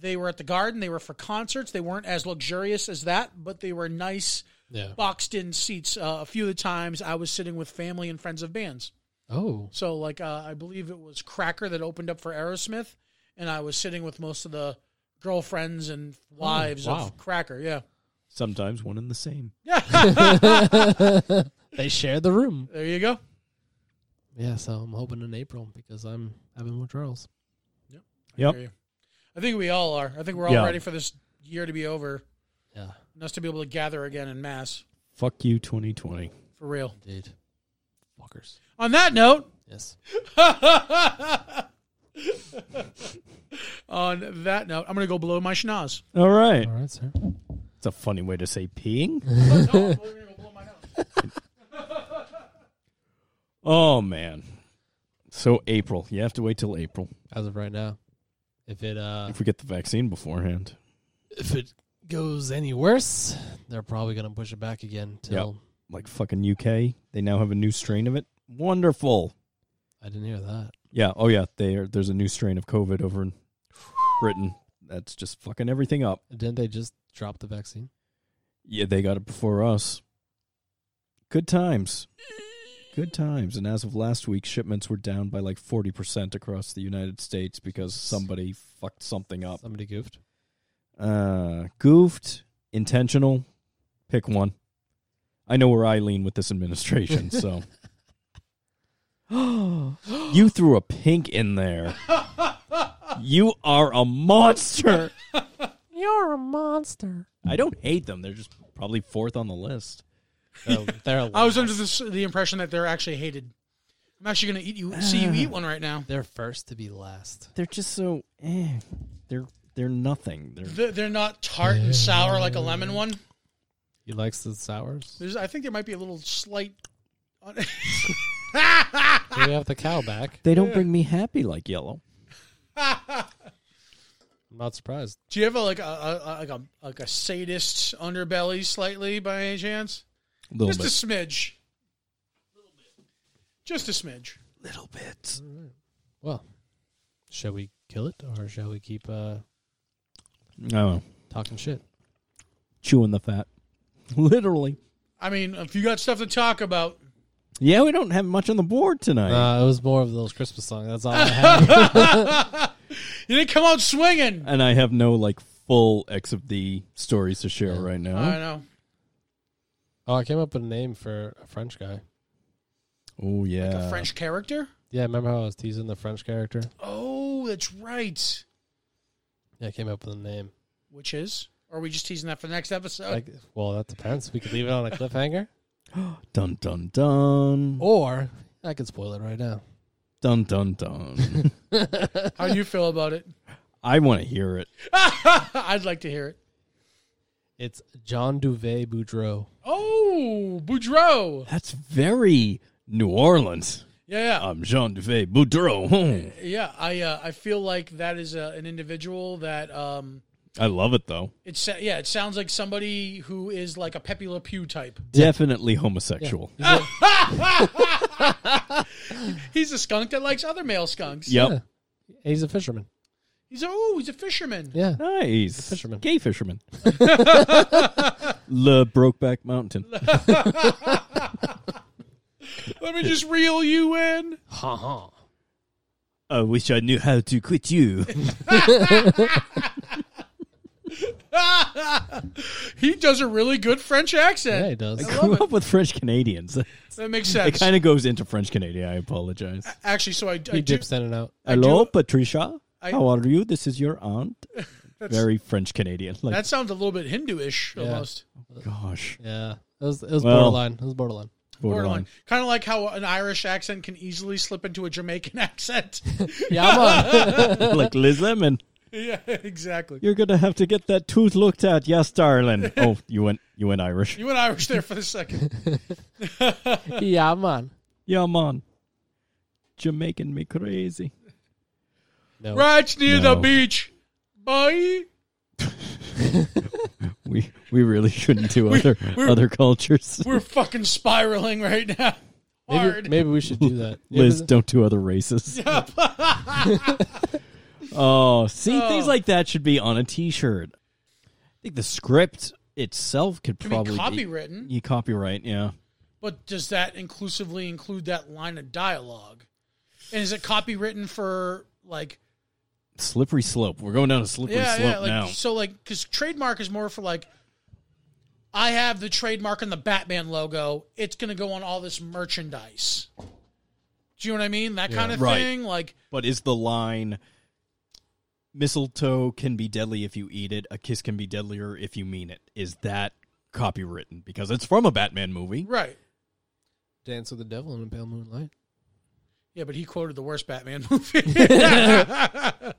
[SPEAKER 1] they were at the garden. They were for concerts. They weren't as luxurious as that, but they were nice
[SPEAKER 2] Yeah.
[SPEAKER 1] boxed in seats. Uh, a few of the times I was sitting with family and friends of bands.
[SPEAKER 2] Oh.
[SPEAKER 1] So like uh, I believe it was Cracker that opened up for Aerosmith, and I was sitting with most of the girlfriends and wives
[SPEAKER 2] wow.
[SPEAKER 1] of Cracker. Yeah,
[SPEAKER 3] Sometimes one and the same. [laughs]
[SPEAKER 1] yeah.
[SPEAKER 2] they shared the room.
[SPEAKER 1] there you go.
[SPEAKER 2] Yeah, so I'm hoping in April because I'm having withdrawals.
[SPEAKER 3] Yep.
[SPEAKER 1] I hear you. I think we all are. I think we're all
[SPEAKER 3] Yeah.
[SPEAKER 1] ready for this year to be over
[SPEAKER 2] Yeah,
[SPEAKER 1] and us to be able to gather again in mass
[SPEAKER 3] Fuck you, 2020.
[SPEAKER 1] for real.
[SPEAKER 2] indeed. Fuckers.
[SPEAKER 1] On that note,
[SPEAKER 2] Yes.
[SPEAKER 1] on that note, I'm going to go blow my schnoz.
[SPEAKER 3] All
[SPEAKER 2] [laughs]
[SPEAKER 3] right.
[SPEAKER 2] All right, sir.
[SPEAKER 3] It's a funny way to say peeing.
[SPEAKER 1] [laughs] No, I'm going to blow my nose.
[SPEAKER 3] Oh man. So April, you have to wait till April
[SPEAKER 2] As of right now, if it uh
[SPEAKER 3] if we get the vaccine beforehand.
[SPEAKER 2] if it goes any worse, they're probably gonna push it back again till
[SPEAKER 3] Like fucking UK, they now have a new strain of it. Wonderful.
[SPEAKER 2] I didn't hear that.
[SPEAKER 3] Yeah. Oh yeah. They are, there's a new strain of COVID over in Britain. That's just fucking everything up.
[SPEAKER 2] Didn't they just drop the vaccine?
[SPEAKER 3] Yeah, they got it before us. Good times. Good times. And as of last week, shipments were down by like 40% across the United States because somebody fucked something up.
[SPEAKER 2] Somebody goofed.
[SPEAKER 3] Uh, goofed, intentional, pick one. I know where I lean with this administration, [laughs] so. you threw a pink in there. you are a monster.
[SPEAKER 2] You're a monster.
[SPEAKER 3] I don't hate them. They're just probably fourth on the list.
[SPEAKER 2] They're, [laughs] they're,
[SPEAKER 1] I was under this, the impression that they're actually hated. I'm actually going to eat you. See you eat one right now.
[SPEAKER 2] they're first to be last.
[SPEAKER 3] They're just so eh. They're they're nothing. They're
[SPEAKER 1] They're, they're not tart and sour like a lemon one.
[SPEAKER 2] You likes the sours?
[SPEAKER 1] There's, I think there might be a little slight.
[SPEAKER 2] [laughs]
[SPEAKER 1] [laughs]
[SPEAKER 2] we have the cow back.
[SPEAKER 3] they don't bring me happy like yellow.
[SPEAKER 2] I'm not surprised.
[SPEAKER 1] Do you have a, like a, a a- like a like a sadist underbelly slightly by any chance?
[SPEAKER 3] A little
[SPEAKER 1] Just a smidge. Just a smidge.
[SPEAKER 3] little bit.
[SPEAKER 2] Well, shall we kill it or shall we keep uh
[SPEAKER 3] I don't know.
[SPEAKER 2] talking shit?
[SPEAKER 3] Oh, Chewing the fat. Literally.
[SPEAKER 1] I mean, if you got stuff to talk about,
[SPEAKER 3] Yeah, we don't have much on the board tonight.
[SPEAKER 2] Uh, it was more of those Christmas songs. That's all I
[SPEAKER 1] [laughs]
[SPEAKER 2] had.
[SPEAKER 1] you didn't come out swinging.
[SPEAKER 3] and I have no like full X of the stories to share right
[SPEAKER 1] I
[SPEAKER 3] now.
[SPEAKER 1] know.
[SPEAKER 2] oh, I came up with a name for a French guy.
[SPEAKER 3] Oh yeah.
[SPEAKER 1] Like a French character?
[SPEAKER 2] Yeah, remember how I was teasing the French character?
[SPEAKER 1] Oh, that's right.
[SPEAKER 2] Yeah, I came up with a name.
[SPEAKER 1] Which is? Or are we just teasing that for the next episode?
[SPEAKER 2] Like, well, that depends. We could leave it on
[SPEAKER 1] [laughs]
[SPEAKER 2] a cliffhanger,
[SPEAKER 3] Dun dun dun.
[SPEAKER 2] or I could spoil it right now.
[SPEAKER 3] Dun dun
[SPEAKER 1] [laughs]
[SPEAKER 3] dun.
[SPEAKER 1] How do you feel about it? [laughs]
[SPEAKER 3] I want to hear it.
[SPEAKER 1] I'd like to hear it.
[SPEAKER 2] It's John Duvet Boudreau.
[SPEAKER 1] Oh, Boudreaux.
[SPEAKER 3] That's very New Orleans.
[SPEAKER 1] Yeah, yeah.
[SPEAKER 3] I'm Jean Duvet Boudreau. Hmm.
[SPEAKER 1] Yeah, I uh, I feel like that is a, an individual that um
[SPEAKER 3] I love it though.
[SPEAKER 1] it's yeah it sounds like somebody who is like a Pepe Le Pew type.
[SPEAKER 3] Definitely homosexual.
[SPEAKER 1] He's a skunk that likes other male skunks.
[SPEAKER 3] Yep.
[SPEAKER 2] Yeah. He's a fisherman.
[SPEAKER 1] He's a, oh he's a fisherman.
[SPEAKER 2] Yeah.
[SPEAKER 3] Nice.
[SPEAKER 2] fisherman.
[SPEAKER 3] Gay fisherman. Le Brokeback Mountain.
[SPEAKER 1] Let me just reel you in.
[SPEAKER 2] Ha ha.
[SPEAKER 3] I wish I knew how to quit you.
[SPEAKER 1] he does a really good French accent.
[SPEAKER 2] Yeah, he does.
[SPEAKER 1] I
[SPEAKER 3] Grew
[SPEAKER 1] love it.
[SPEAKER 3] up with French Canadians. It
[SPEAKER 1] That makes sense.
[SPEAKER 3] kind of goes into French Canadian. I apologize.
[SPEAKER 1] Actually, so I, I
[SPEAKER 2] He
[SPEAKER 1] do,
[SPEAKER 2] dips in and out.
[SPEAKER 3] Hello,
[SPEAKER 1] do-
[SPEAKER 3] Patricia.
[SPEAKER 1] I-
[SPEAKER 3] how are you? This is your
[SPEAKER 1] [laughs]
[SPEAKER 3] aunt. Very French Canadian. Like,
[SPEAKER 1] that sounds a little bit Hindu-ish almost.
[SPEAKER 3] gosh,
[SPEAKER 2] Yeah. It was, it was
[SPEAKER 3] Well-
[SPEAKER 2] borderline. It
[SPEAKER 1] [laughs]
[SPEAKER 2] was borderline.
[SPEAKER 1] Borderline.
[SPEAKER 3] borderline.
[SPEAKER 1] Kind of like how an Irish accent can easily slip into a Jamaican [laughs] accent.
[SPEAKER 2] Yeah, I'm on.
[SPEAKER 3] [laughs] like Liz Lemon.
[SPEAKER 1] yeah, exactly.
[SPEAKER 3] You're gonna have to get that tooth looked at, yes,
[SPEAKER 1] [laughs]
[SPEAKER 3] darling. oh, you went, you went Irish.
[SPEAKER 1] You went Irish there for the second.
[SPEAKER 2] [laughs] yeah, I'm on.
[SPEAKER 3] Yeah, man. Jamaican me crazy.
[SPEAKER 2] [laughs] No.
[SPEAKER 1] right near
[SPEAKER 3] No.
[SPEAKER 1] the beach. Bye.
[SPEAKER 3] We we really
[SPEAKER 1] [laughs]
[SPEAKER 3] shouldn't do other other cultures.
[SPEAKER 1] We're fucking spiraling right now.
[SPEAKER 2] Maybe,
[SPEAKER 1] Hard.
[SPEAKER 2] maybe we should do
[SPEAKER 1] [laughs]
[SPEAKER 2] that. You
[SPEAKER 3] Liz,
[SPEAKER 2] ever-
[SPEAKER 3] don't do other races. [laughs]
[SPEAKER 1] Oh.
[SPEAKER 3] oh, see, things like that should be on a T-shirt. I think the script itself could
[SPEAKER 1] I mean,
[SPEAKER 3] probably be,
[SPEAKER 1] copywritten,
[SPEAKER 3] you copyright. Yeah,
[SPEAKER 1] but does that inclusively include that line of dialogue? And is it copywritten for like
[SPEAKER 3] slippery slope. We're going down a slippery
[SPEAKER 1] yeah,
[SPEAKER 3] slope
[SPEAKER 1] yeah, like
[SPEAKER 3] now.
[SPEAKER 1] so like because trademark is more for like I have the trademark on the Batman logo. It's gonna go on all this merchandise. Do you know what I mean? That kind of
[SPEAKER 3] Right.
[SPEAKER 1] thing. Like
[SPEAKER 3] But is the line mistletoe can be deadly if you eat it? A kiss can be deadlier if you mean it. Is that copywritten because it's from a Batman movie?
[SPEAKER 1] right.
[SPEAKER 2] Dance with the Devil in a Pale Moonlight.
[SPEAKER 1] Yeah, but he quoted the worst Batman [laughs]
[SPEAKER 3] [laughs]
[SPEAKER 1] movie. Batman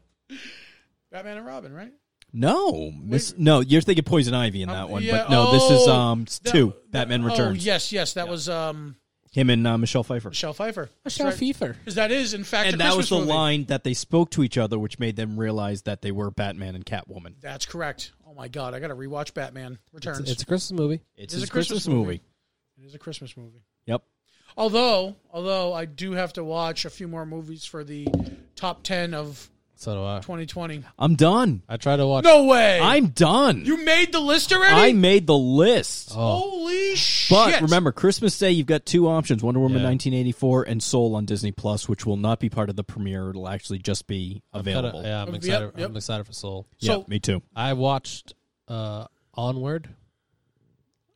[SPEAKER 1] and Robin, right?
[SPEAKER 3] No, Miss.
[SPEAKER 1] Wait.
[SPEAKER 3] No, you're thinking Poison Ivy in
[SPEAKER 1] Um,
[SPEAKER 3] that one,
[SPEAKER 1] yeah,
[SPEAKER 3] but no, this is
[SPEAKER 1] oh,
[SPEAKER 3] um it's
[SPEAKER 1] that-
[SPEAKER 3] two Batman
[SPEAKER 1] Oh
[SPEAKER 3] Returns.
[SPEAKER 1] yes, yes, that was um,
[SPEAKER 3] Him and uh, Michelle Pfeiffer.
[SPEAKER 1] Michelle Pfeiffer.
[SPEAKER 2] Fever.
[SPEAKER 1] Because that is in fact, a
[SPEAKER 3] and that was
[SPEAKER 1] Christmas
[SPEAKER 3] the
[SPEAKER 1] movie.
[SPEAKER 3] line that they spoke to each other, which made them realize that they were Batman and Catwoman.
[SPEAKER 1] That's correct. Oh my god, I got to rewatch Batman Returns.
[SPEAKER 2] It's, it's a Christmas movie.
[SPEAKER 1] It's
[SPEAKER 3] It's, his
[SPEAKER 1] a Christmas
[SPEAKER 3] movie.
[SPEAKER 1] movie. It is a Christmas movie.
[SPEAKER 3] Yep.
[SPEAKER 1] Although, although I do have to watch a few more movies for the top ten of
[SPEAKER 2] So do I.
[SPEAKER 1] 2020.
[SPEAKER 3] I'm done.
[SPEAKER 2] I try to watch.
[SPEAKER 1] No way!
[SPEAKER 3] I'm done.
[SPEAKER 1] you made the list already.
[SPEAKER 3] I made the list.
[SPEAKER 2] Oh,
[SPEAKER 1] Holy shit!
[SPEAKER 3] But remember, Christmas Day, you've got two options: Wonder Woman
[SPEAKER 2] Yeah.
[SPEAKER 3] 1984 and Soul on Disney Plus, which will not be part of the premiere; it'll actually just be
[SPEAKER 2] gotta-
[SPEAKER 3] available.
[SPEAKER 2] uh, yeah, I'm
[SPEAKER 1] Yep,
[SPEAKER 2] excited.
[SPEAKER 1] yep.
[SPEAKER 2] I'm excited for Soul.
[SPEAKER 3] Yeah,
[SPEAKER 1] so
[SPEAKER 3] me too.
[SPEAKER 2] I watched uh, Onward.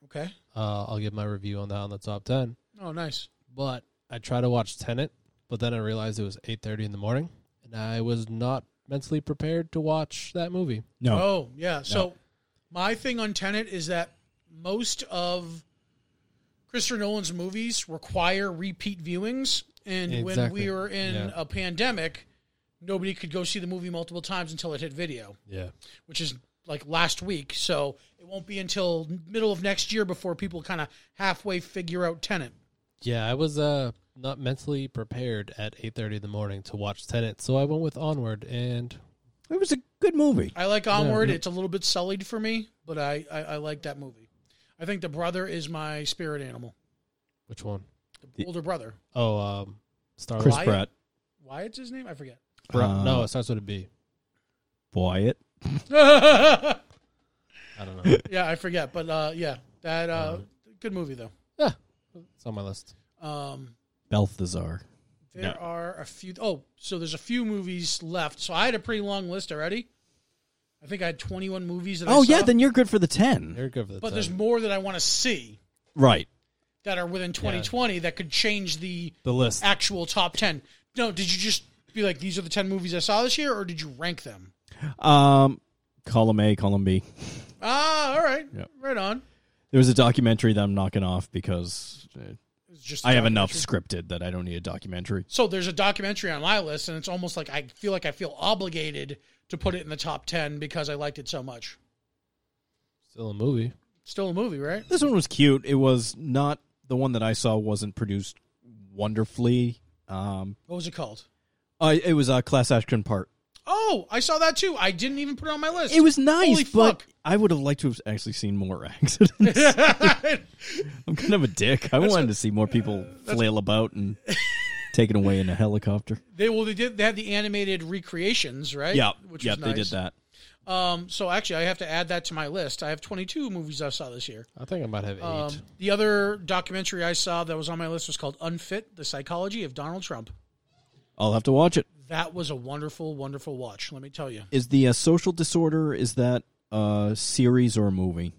[SPEAKER 1] okay.
[SPEAKER 2] Uh, I'll give my review on that on the top ten.
[SPEAKER 1] Oh, nice.
[SPEAKER 2] But I tried to watch Tenet, but then I realized it was eight thirty in the morning, and I was not mentally prepared to watch that movie.
[SPEAKER 3] No,
[SPEAKER 1] Oh, yeah. So my thing on Tenet is that most of Christopher Nolan's movies require repeat viewings, and when
[SPEAKER 2] Exactly.
[SPEAKER 1] we were in
[SPEAKER 2] Yeah.
[SPEAKER 1] a pandemic, nobody could go see the movie multiple times until it hit video,
[SPEAKER 2] Yeah,
[SPEAKER 1] which is like last week. So it won't be until middle of next year before people kind of halfway figure out Tenet.
[SPEAKER 2] yeah, I was uh, not mentally prepared at eight thirty in the morning to watch Tenet, so I went with Onward, and Oh.
[SPEAKER 3] it was a good movie.
[SPEAKER 1] I like Onward.
[SPEAKER 2] yeah.
[SPEAKER 1] It's a little bit sullied for me, but I, I, I like that movie. I think the brother is my spirit animal.
[SPEAKER 2] which one?
[SPEAKER 1] The older brother.
[SPEAKER 2] Oh, um, Star
[SPEAKER 3] Chris
[SPEAKER 1] Wyatt?
[SPEAKER 3] Pratt,
[SPEAKER 1] Wyatt's his name? I forget.
[SPEAKER 2] Bra-
[SPEAKER 3] Uh,
[SPEAKER 2] no, it starts with a B.
[SPEAKER 3] Wyatt.
[SPEAKER 1] yeah,
[SPEAKER 2] I don't
[SPEAKER 1] [laughs]
[SPEAKER 2] know.
[SPEAKER 1] I forget, but uh, yeah, that
[SPEAKER 3] Uh-huh.
[SPEAKER 1] uh, good movie though.
[SPEAKER 2] it's on my list.
[SPEAKER 1] Um,
[SPEAKER 3] Balthazar.
[SPEAKER 1] there
[SPEAKER 3] No.
[SPEAKER 1] are a few. Oh, so there's a few movies left. So I had a pretty long list already. I think I had 21 movies. That I
[SPEAKER 3] Oh yeah,
[SPEAKER 1] saw,
[SPEAKER 3] then you're good for the ten.
[SPEAKER 2] You're good for the.
[SPEAKER 1] but there's
[SPEAKER 2] 10.
[SPEAKER 1] more that I want to see
[SPEAKER 3] Right.
[SPEAKER 1] that are within 2020 that could change the
[SPEAKER 2] the list.
[SPEAKER 1] actual top 10. No, did you just be like these are the 10 movies I saw this year, or did you rank them?
[SPEAKER 3] Um, column A, column B.
[SPEAKER 1] Ah, all right,
[SPEAKER 3] Yep.
[SPEAKER 1] right on.
[SPEAKER 3] There was a documentary that I'm knocking off because uh,
[SPEAKER 1] It's just
[SPEAKER 3] I have enough
[SPEAKER 1] documentary.
[SPEAKER 3] scripted that I don't need a documentary.
[SPEAKER 1] So there's a documentary on my list, and it's almost like I feel like I feel obligated to put it in the top ten because I liked it so much.
[SPEAKER 2] Still a movie.
[SPEAKER 1] Still a movie, right?
[SPEAKER 3] This one was cute. It was not the one that I saw wasn't produced wonderfully. Um,
[SPEAKER 1] What was it called?
[SPEAKER 3] I, it was a uh, class action part.
[SPEAKER 1] Oh, I saw that too. I didn't even put it on my list.
[SPEAKER 3] It was nice,
[SPEAKER 1] Holy
[SPEAKER 3] but
[SPEAKER 1] fuck.
[SPEAKER 3] I would have liked to have actually seen more [laughs]
[SPEAKER 1] [laughs]
[SPEAKER 3] accidents. I'm kind of a dick. I wanted to see
[SPEAKER 1] [laughs]
[SPEAKER 3] more people flail about and taken away in a helicopter.
[SPEAKER 1] they well, they did. They had the animated recreations, right?
[SPEAKER 3] Yeah,
[SPEAKER 1] which
[SPEAKER 3] yeah,
[SPEAKER 1] was
[SPEAKER 3] they
[SPEAKER 1] nice.
[SPEAKER 3] did that.
[SPEAKER 1] that. Um, so actually, I have to add that to my list. I have 22 movies I saw this year.
[SPEAKER 2] I think I might have eight.
[SPEAKER 1] Um, the other documentary I saw that was on my list was called "Unfit: The Psychology of Donald Trump."
[SPEAKER 3] I'll have to watch it.
[SPEAKER 1] That was a wonderful, wonderful watch. Let me tell you.
[SPEAKER 3] Is the uh, social disorder is that a series or a movie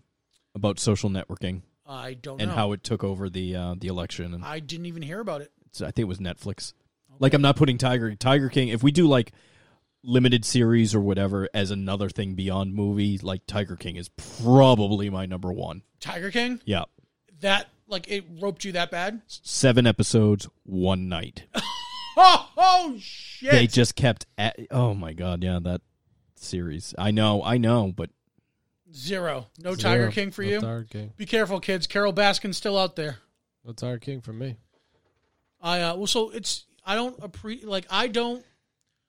[SPEAKER 3] about social networking
[SPEAKER 1] I don't
[SPEAKER 3] and
[SPEAKER 1] know.
[SPEAKER 3] how it took over the uh, the election? And
[SPEAKER 1] I didn't even hear about it.
[SPEAKER 3] it's- I think it was Netflix. Like I'm not putting Tiger Tiger King. If we do like limited series or whatever as another thing beyond movie, like Tiger King is probably my number one.
[SPEAKER 1] Tiger King.
[SPEAKER 3] Yeah,
[SPEAKER 1] that like it roped you that bad?
[SPEAKER 3] seven episodes, one night.
[SPEAKER 1] Oh, oh shit!
[SPEAKER 3] They just kept. At, oh my god, yeah, that series. I know, I know, but
[SPEAKER 1] Zero. No Tiger King for you.
[SPEAKER 2] Tiger King.
[SPEAKER 1] Be careful, kids. Carol Baskin's still out there.
[SPEAKER 2] No Tiger King for me.
[SPEAKER 1] I uh, well, so it's I don't appre- like I don't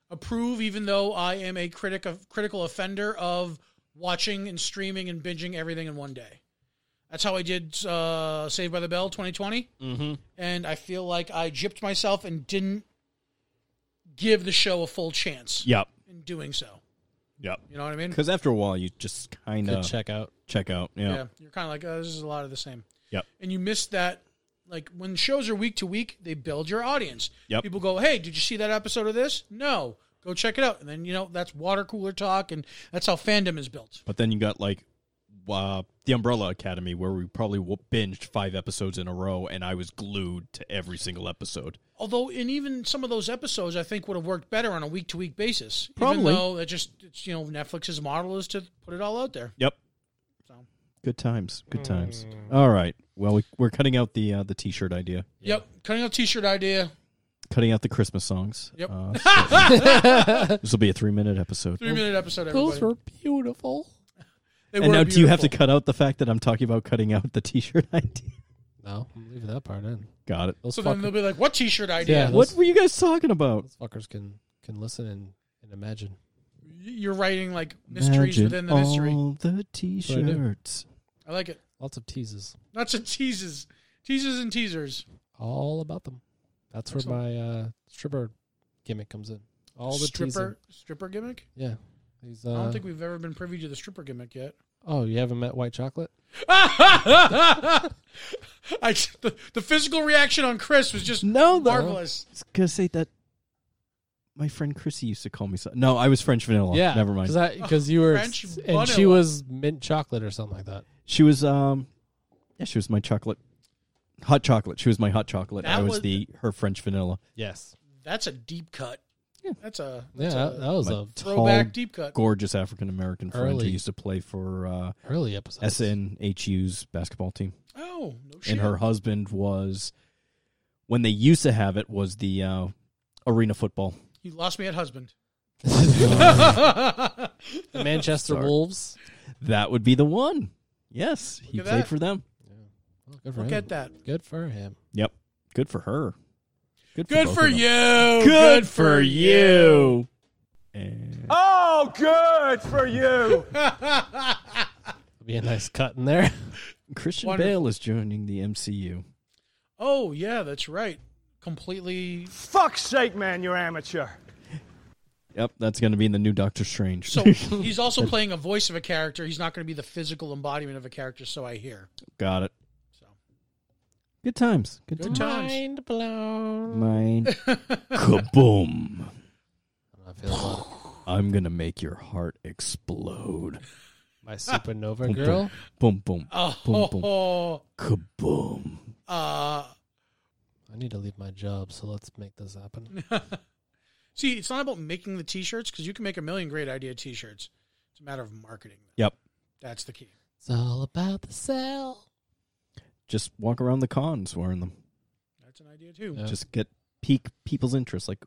[SPEAKER 1] approve, even though I am a critic of critical offender of watching and streaming and binging everything in one day. That's how I did uh, Saved by the Bell 2020, and I feel like I gypped myself and didn't give the show a full chance
[SPEAKER 3] yeah,
[SPEAKER 1] in doing so.
[SPEAKER 3] Yep.
[SPEAKER 1] You know what I mean?
[SPEAKER 3] Because after a while, you just kind
[SPEAKER 2] Could
[SPEAKER 3] of check.
[SPEAKER 2] check out.
[SPEAKER 3] out.
[SPEAKER 1] Yeah.
[SPEAKER 3] Yeah.
[SPEAKER 1] You're kind of like, oh, this is a lot of the same.
[SPEAKER 3] Yep.
[SPEAKER 1] And you miss that. Like when shows are week to week, they build your audience.
[SPEAKER 3] Yep.
[SPEAKER 1] People go, hey, did you see that episode of this? No. Go check it out. And then, you know, that's water cooler talk. And that's how fandom is built.
[SPEAKER 3] But then you got like uh, the Umbrella Academy, where we probably w- binged five episodes in a row, and I was glued to every single episode.
[SPEAKER 1] Although, in even some of those episodes, I think would have worked better on a week to week basis.
[SPEAKER 3] Probably.
[SPEAKER 1] Even though it just, it's, you know, Netflix's model is to put it all out there.
[SPEAKER 3] Yep.
[SPEAKER 1] So.
[SPEAKER 3] Good times. Good
[SPEAKER 1] Mm.
[SPEAKER 3] times. All right. Well, we, we're cutting out the uh, the T-shirt idea.
[SPEAKER 1] Yep. Cutting out t shirt idea.
[SPEAKER 3] Cutting out the Christmas songs.
[SPEAKER 1] Yep. [laughs]
[SPEAKER 3] Uh, this will be a three-minute episode.
[SPEAKER 1] Three minute episode, everybody.
[SPEAKER 2] beautiful.
[SPEAKER 1] They
[SPEAKER 3] and
[SPEAKER 1] were
[SPEAKER 3] now, do you have to
[SPEAKER 1] beautiful.
[SPEAKER 3] cut out the fact that I'm talking about cutting out the T-shirt [laughs] idea?
[SPEAKER 2] No, I'm leaving that part in.
[SPEAKER 3] Got it.
[SPEAKER 2] Those
[SPEAKER 1] So then
[SPEAKER 2] fuckers,
[SPEAKER 1] they'll be like, what t shirt idea?
[SPEAKER 2] Yeah,
[SPEAKER 3] What were you guys talking about?
[SPEAKER 2] those fuckers can can listen and, and imagine.
[SPEAKER 1] You're writing like mysteries
[SPEAKER 3] Imagine
[SPEAKER 1] within the mystery.
[SPEAKER 3] All the T-shirts.
[SPEAKER 1] I like it.
[SPEAKER 2] Lots of teases,
[SPEAKER 1] Lots of teases, teases and teasers.
[SPEAKER 2] all about them. That's where my uh, stripper gimmick comes in. All the
[SPEAKER 1] stripper stripper gimmick.
[SPEAKER 2] Teasing. Yeah, he's. Uh,
[SPEAKER 1] I don't think we've ever been privy to the stripper gimmick yet.
[SPEAKER 3] [laughs]
[SPEAKER 1] [laughs]
[SPEAKER 2] Oh, you haven't met White Chocolate?
[SPEAKER 1] I the, the physical reaction on Chris was just
[SPEAKER 3] No, though.
[SPEAKER 1] marvelous.
[SPEAKER 3] I was gonna say that my friend Chrissy used to call me. So- no, I was French vanilla.
[SPEAKER 2] yeah,
[SPEAKER 3] never mind.
[SPEAKER 2] Because you were,
[SPEAKER 1] French
[SPEAKER 2] and she
[SPEAKER 1] vanilla.
[SPEAKER 2] was mint chocolate or something like that.
[SPEAKER 3] she was um, yeah, she was my chocolate, hot chocolate. She was my hot chocolate.
[SPEAKER 1] That
[SPEAKER 3] I was,
[SPEAKER 1] was-
[SPEAKER 3] the her French vanilla.
[SPEAKER 2] Yes.
[SPEAKER 1] That's a deep cut.
[SPEAKER 3] Yeah.
[SPEAKER 1] That's a
[SPEAKER 2] Yeah,
[SPEAKER 1] that's
[SPEAKER 2] that,
[SPEAKER 1] a
[SPEAKER 2] that was
[SPEAKER 3] my
[SPEAKER 2] a
[SPEAKER 1] throwback
[SPEAKER 3] tall,
[SPEAKER 1] deep cut.
[SPEAKER 3] gorgeous African American friend who
[SPEAKER 2] Early.
[SPEAKER 3] used to play for uh,
[SPEAKER 2] early episode. [laughs]
[SPEAKER 3] SNHU's basketball team,
[SPEAKER 1] Oh no shit.
[SPEAKER 3] and her husband was when they used to have it was the uh, arena football.
[SPEAKER 1] You lost me at
[SPEAKER 3] [laughs]
[SPEAKER 1] husband.
[SPEAKER 2] the Manchester
[SPEAKER 3] Sorry.
[SPEAKER 2] Wolves.
[SPEAKER 3] That would be the one. Yes, he
[SPEAKER 1] Look at
[SPEAKER 3] played
[SPEAKER 1] that.
[SPEAKER 3] for them.
[SPEAKER 2] Well, good for
[SPEAKER 1] Look
[SPEAKER 2] him.
[SPEAKER 1] at that.
[SPEAKER 2] Good for him.
[SPEAKER 3] Yep. Good for her.
[SPEAKER 1] Good
[SPEAKER 3] both
[SPEAKER 1] for
[SPEAKER 3] of them.
[SPEAKER 1] you.
[SPEAKER 3] Good, for you. And
[SPEAKER 4] Oh, good for you. [laughs]
[SPEAKER 2] It'll be a nice cut in there.
[SPEAKER 3] Christian
[SPEAKER 1] Wonderful.
[SPEAKER 3] Bale is joining the MCU.
[SPEAKER 1] Oh yeah, that's right. Completely.
[SPEAKER 4] Fuck's sake, man, you're amateur.
[SPEAKER 3] Yep, that's going to be in the new Doctor Strange.
[SPEAKER 1] So he's also playing a voice of a character. He's not going to be the physical embodiment of a character. So I hear.
[SPEAKER 3] [laughs] Got it.
[SPEAKER 1] So
[SPEAKER 3] Good times. Good,
[SPEAKER 1] Good
[SPEAKER 3] times.
[SPEAKER 1] times.
[SPEAKER 2] Mind blown.
[SPEAKER 3] Mine. Kaboom.
[SPEAKER 2] I feel [laughs] like
[SPEAKER 3] I'm going to make your heart explode.
[SPEAKER 2] [laughs] my supernova girl.
[SPEAKER 3] Boom, boom.
[SPEAKER 1] Oh,
[SPEAKER 3] Boom, boom. Kaboom.
[SPEAKER 1] [laughs] Uh, [laughs]
[SPEAKER 2] I need to leave my job, so let's make this happen.
[SPEAKER 1] see, it's not about making the t-shirts because you can make a million great idea t-shirts. It's a matter of marketing.
[SPEAKER 3] Yep.
[SPEAKER 1] That's the key.
[SPEAKER 2] It's all about the sell.
[SPEAKER 3] Just walk around the cons wearing them.
[SPEAKER 1] That's an idea too.
[SPEAKER 2] Yeah.
[SPEAKER 3] Just get pique people's interest. Like,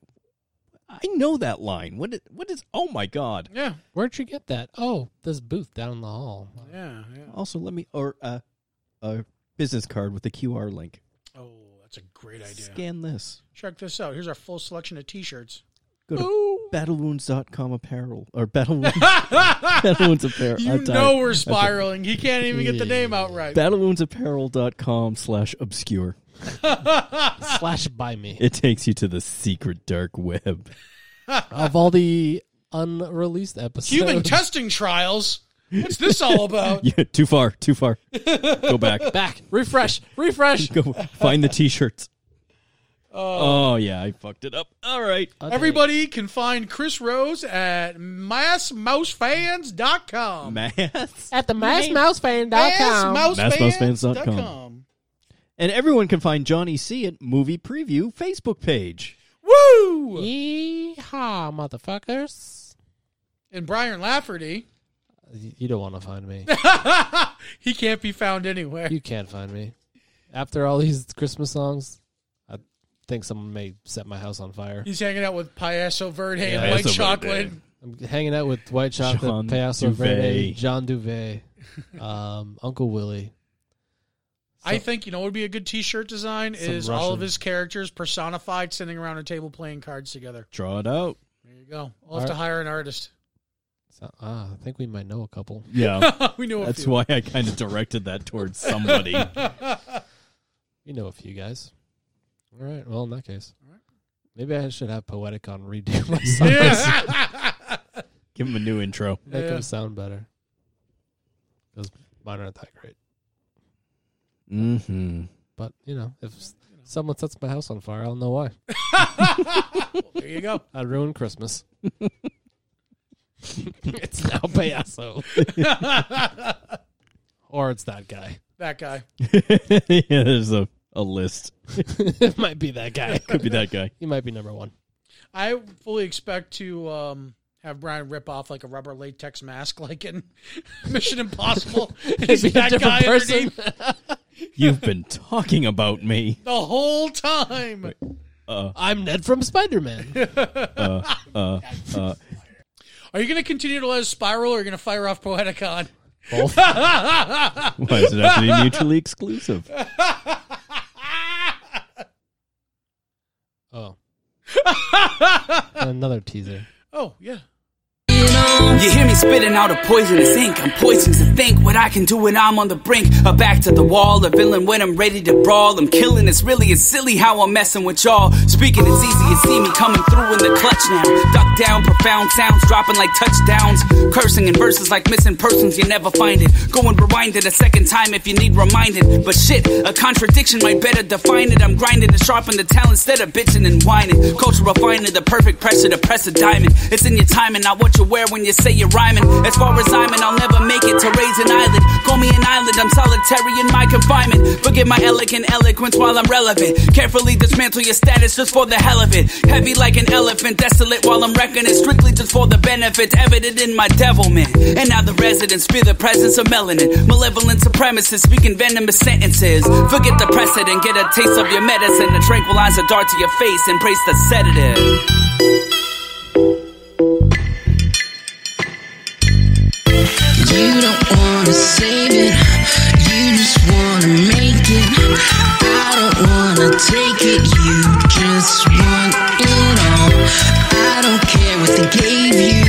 [SPEAKER 3] I know that line. What? Is, what is? Oh my god.
[SPEAKER 1] Yeah,
[SPEAKER 2] Where'd you get that? Oh, this booth down
[SPEAKER 1] [laughs]
[SPEAKER 2] the hall.
[SPEAKER 1] yeah, yeah.
[SPEAKER 3] Also, let me or uh, a business card with a QR link.
[SPEAKER 1] Oh, that's a great idea.
[SPEAKER 3] Scan this.
[SPEAKER 1] Check this out. Here's our full selection of t-shirts.
[SPEAKER 3] Go to battlewounds.com apparel
[SPEAKER 1] [laughs]
[SPEAKER 3] or battlewounds battlewounds apparel.
[SPEAKER 1] You
[SPEAKER 3] I'm tired.
[SPEAKER 1] know we're spiraling. He can't even get the name out right.
[SPEAKER 3] battlewoundsapparel.com slash obscure.
[SPEAKER 2] Slash by me.
[SPEAKER 3] It takes you to the secret dark web. [laughs]
[SPEAKER 2] of all the unreleased episodes.
[SPEAKER 1] Human testing trials. What's this all about?
[SPEAKER 3] [laughs] Yeah, too far, too far.
[SPEAKER 1] [laughs]
[SPEAKER 3] Go back.
[SPEAKER 2] Back. Refresh. Refresh.
[SPEAKER 3] Go find the t-shirts.
[SPEAKER 1] Uh,
[SPEAKER 3] Oh, yeah, I fucked it up. All right.
[SPEAKER 1] Everybody can find Chris Rose at massmousefans.com.
[SPEAKER 3] Mass.
[SPEAKER 2] at the massmousefan.com.
[SPEAKER 1] Massmousefans.com.
[SPEAKER 3] And everyone can find Johnny C at Movie Preview Facebook page.
[SPEAKER 1] Woo!
[SPEAKER 2] Yeehaw, motherfuckers.
[SPEAKER 1] And Brian Lafferty,
[SPEAKER 2] You you don't want to find [laughs] me.
[SPEAKER 1] he can't be found anywhere.
[SPEAKER 2] You can't find me. After all these Christmas songs, I think someone may set my house on fire.
[SPEAKER 1] He's hanging out with Payaso Verde and
[SPEAKER 3] Payaso
[SPEAKER 1] White
[SPEAKER 3] Verde.
[SPEAKER 1] Chocolate.
[SPEAKER 2] I'm hanging out with White Chocolate,
[SPEAKER 3] John
[SPEAKER 2] Payaso Verde,
[SPEAKER 3] Duvet.
[SPEAKER 2] John Duvet, um, Uncle Willie.
[SPEAKER 1] I think, you know, what would be a good t shirt design
[SPEAKER 2] Some
[SPEAKER 1] is all of
[SPEAKER 2] Russian-
[SPEAKER 1] his characters personified sitting around a table playing cards together.
[SPEAKER 3] Draw it out.
[SPEAKER 1] There you go. I'll have to hire an artist. [laughs]
[SPEAKER 2] So, ah, I think we might know a couple.
[SPEAKER 1] [laughs]
[SPEAKER 3] Yeah.
[SPEAKER 1] we know a
[SPEAKER 3] That's
[SPEAKER 1] few.
[SPEAKER 3] why I kind of directed that towards somebody.
[SPEAKER 2] You know a few guys. All right. Well, in that [laughs] case, maybe I should have Poetic on redo my songs.
[SPEAKER 1] Yeah.
[SPEAKER 3] Give him a new intro.
[SPEAKER 2] Make
[SPEAKER 1] Yeah.
[SPEAKER 2] them sound better. Because mine aren't that great.
[SPEAKER 3] Mm-hmm.
[SPEAKER 2] But, you know, if s- someone sets my house on fire, I'll know why.
[SPEAKER 1] There you
[SPEAKER 3] [laughs]
[SPEAKER 1] go.
[SPEAKER 2] I ruined Christmas. it's now Payaso. or it's that guy.
[SPEAKER 1] That guy.
[SPEAKER 3] [laughs] yeah, there's a, a list.
[SPEAKER 2] it might be that guy.
[SPEAKER 3] Could be that guy.
[SPEAKER 2] He might be number one.
[SPEAKER 1] I fully expect to um, have Brian rip off like a rubber latex mask, [laughs] like in Mission
[SPEAKER 2] [laughs]
[SPEAKER 1] Impossible. He's
[SPEAKER 2] Be a
[SPEAKER 1] that guy
[SPEAKER 2] different person.
[SPEAKER 1] underneath
[SPEAKER 3] You've been talking about me.
[SPEAKER 1] [laughs] the whole time.
[SPEAKER 2] I'm Ned from Spider Man.
[SPEAKER 3] Uh,
[SPEAKER 1] Are you going to continue to let us spiral, or are you going to fire off Poeticon? [laughs]
[SPEAKER 2] Both.
[SPEAKER 3] Why is it have to [laughs] be mutually exclusive?
[SPEAKER 2] Oh. Another teaser.
[SPEAKER 1] Oh yeah.
[SPEAKER 5] You hear me spitting out a poisonous ink. I'm poisoned to think what I can do when I'm on the brink. A back to the wall, a villain when I'm ready to brawl. I'm killing. It's really it's silly how I'm messing with y'all. Speaking it's easy, you see me coming through in the clutch now. Duck down, profound sounds dropping like touchdowns. Cursing in verses like missing persons, you never find it. Go and rewind it a second time if you need reminded. But shit, a contradiction might better define it. I'm grinding to sharpen the talent instead of bitching and whining. Culture refining the perfect pressure to press a diamond. It's in your timing, not what you wear when you say you're rhyming. As far as I'm in, I'll never make it to raise an eyelid. Call me an island, I'm solitary in my confinement. Forget my elegant eloquence while I'm relevant. Carefully dismantle your status just for the hell of it. Heavy like an elephant, desolate while I'm wrecking it. Strictly just for the benefits evident in my devilment. And now the residents fear the presence of melanin. Malevolent supremacists speaking venomous sentences. Forget the precedent, get a taste of your medicine. A tranquilizer dart to your face, embrace the sedative.
[SPEAKER 6] You don't wanna save it, you just wanna make it. I don't wanna take it, you just want it all. I don't care what they gave you,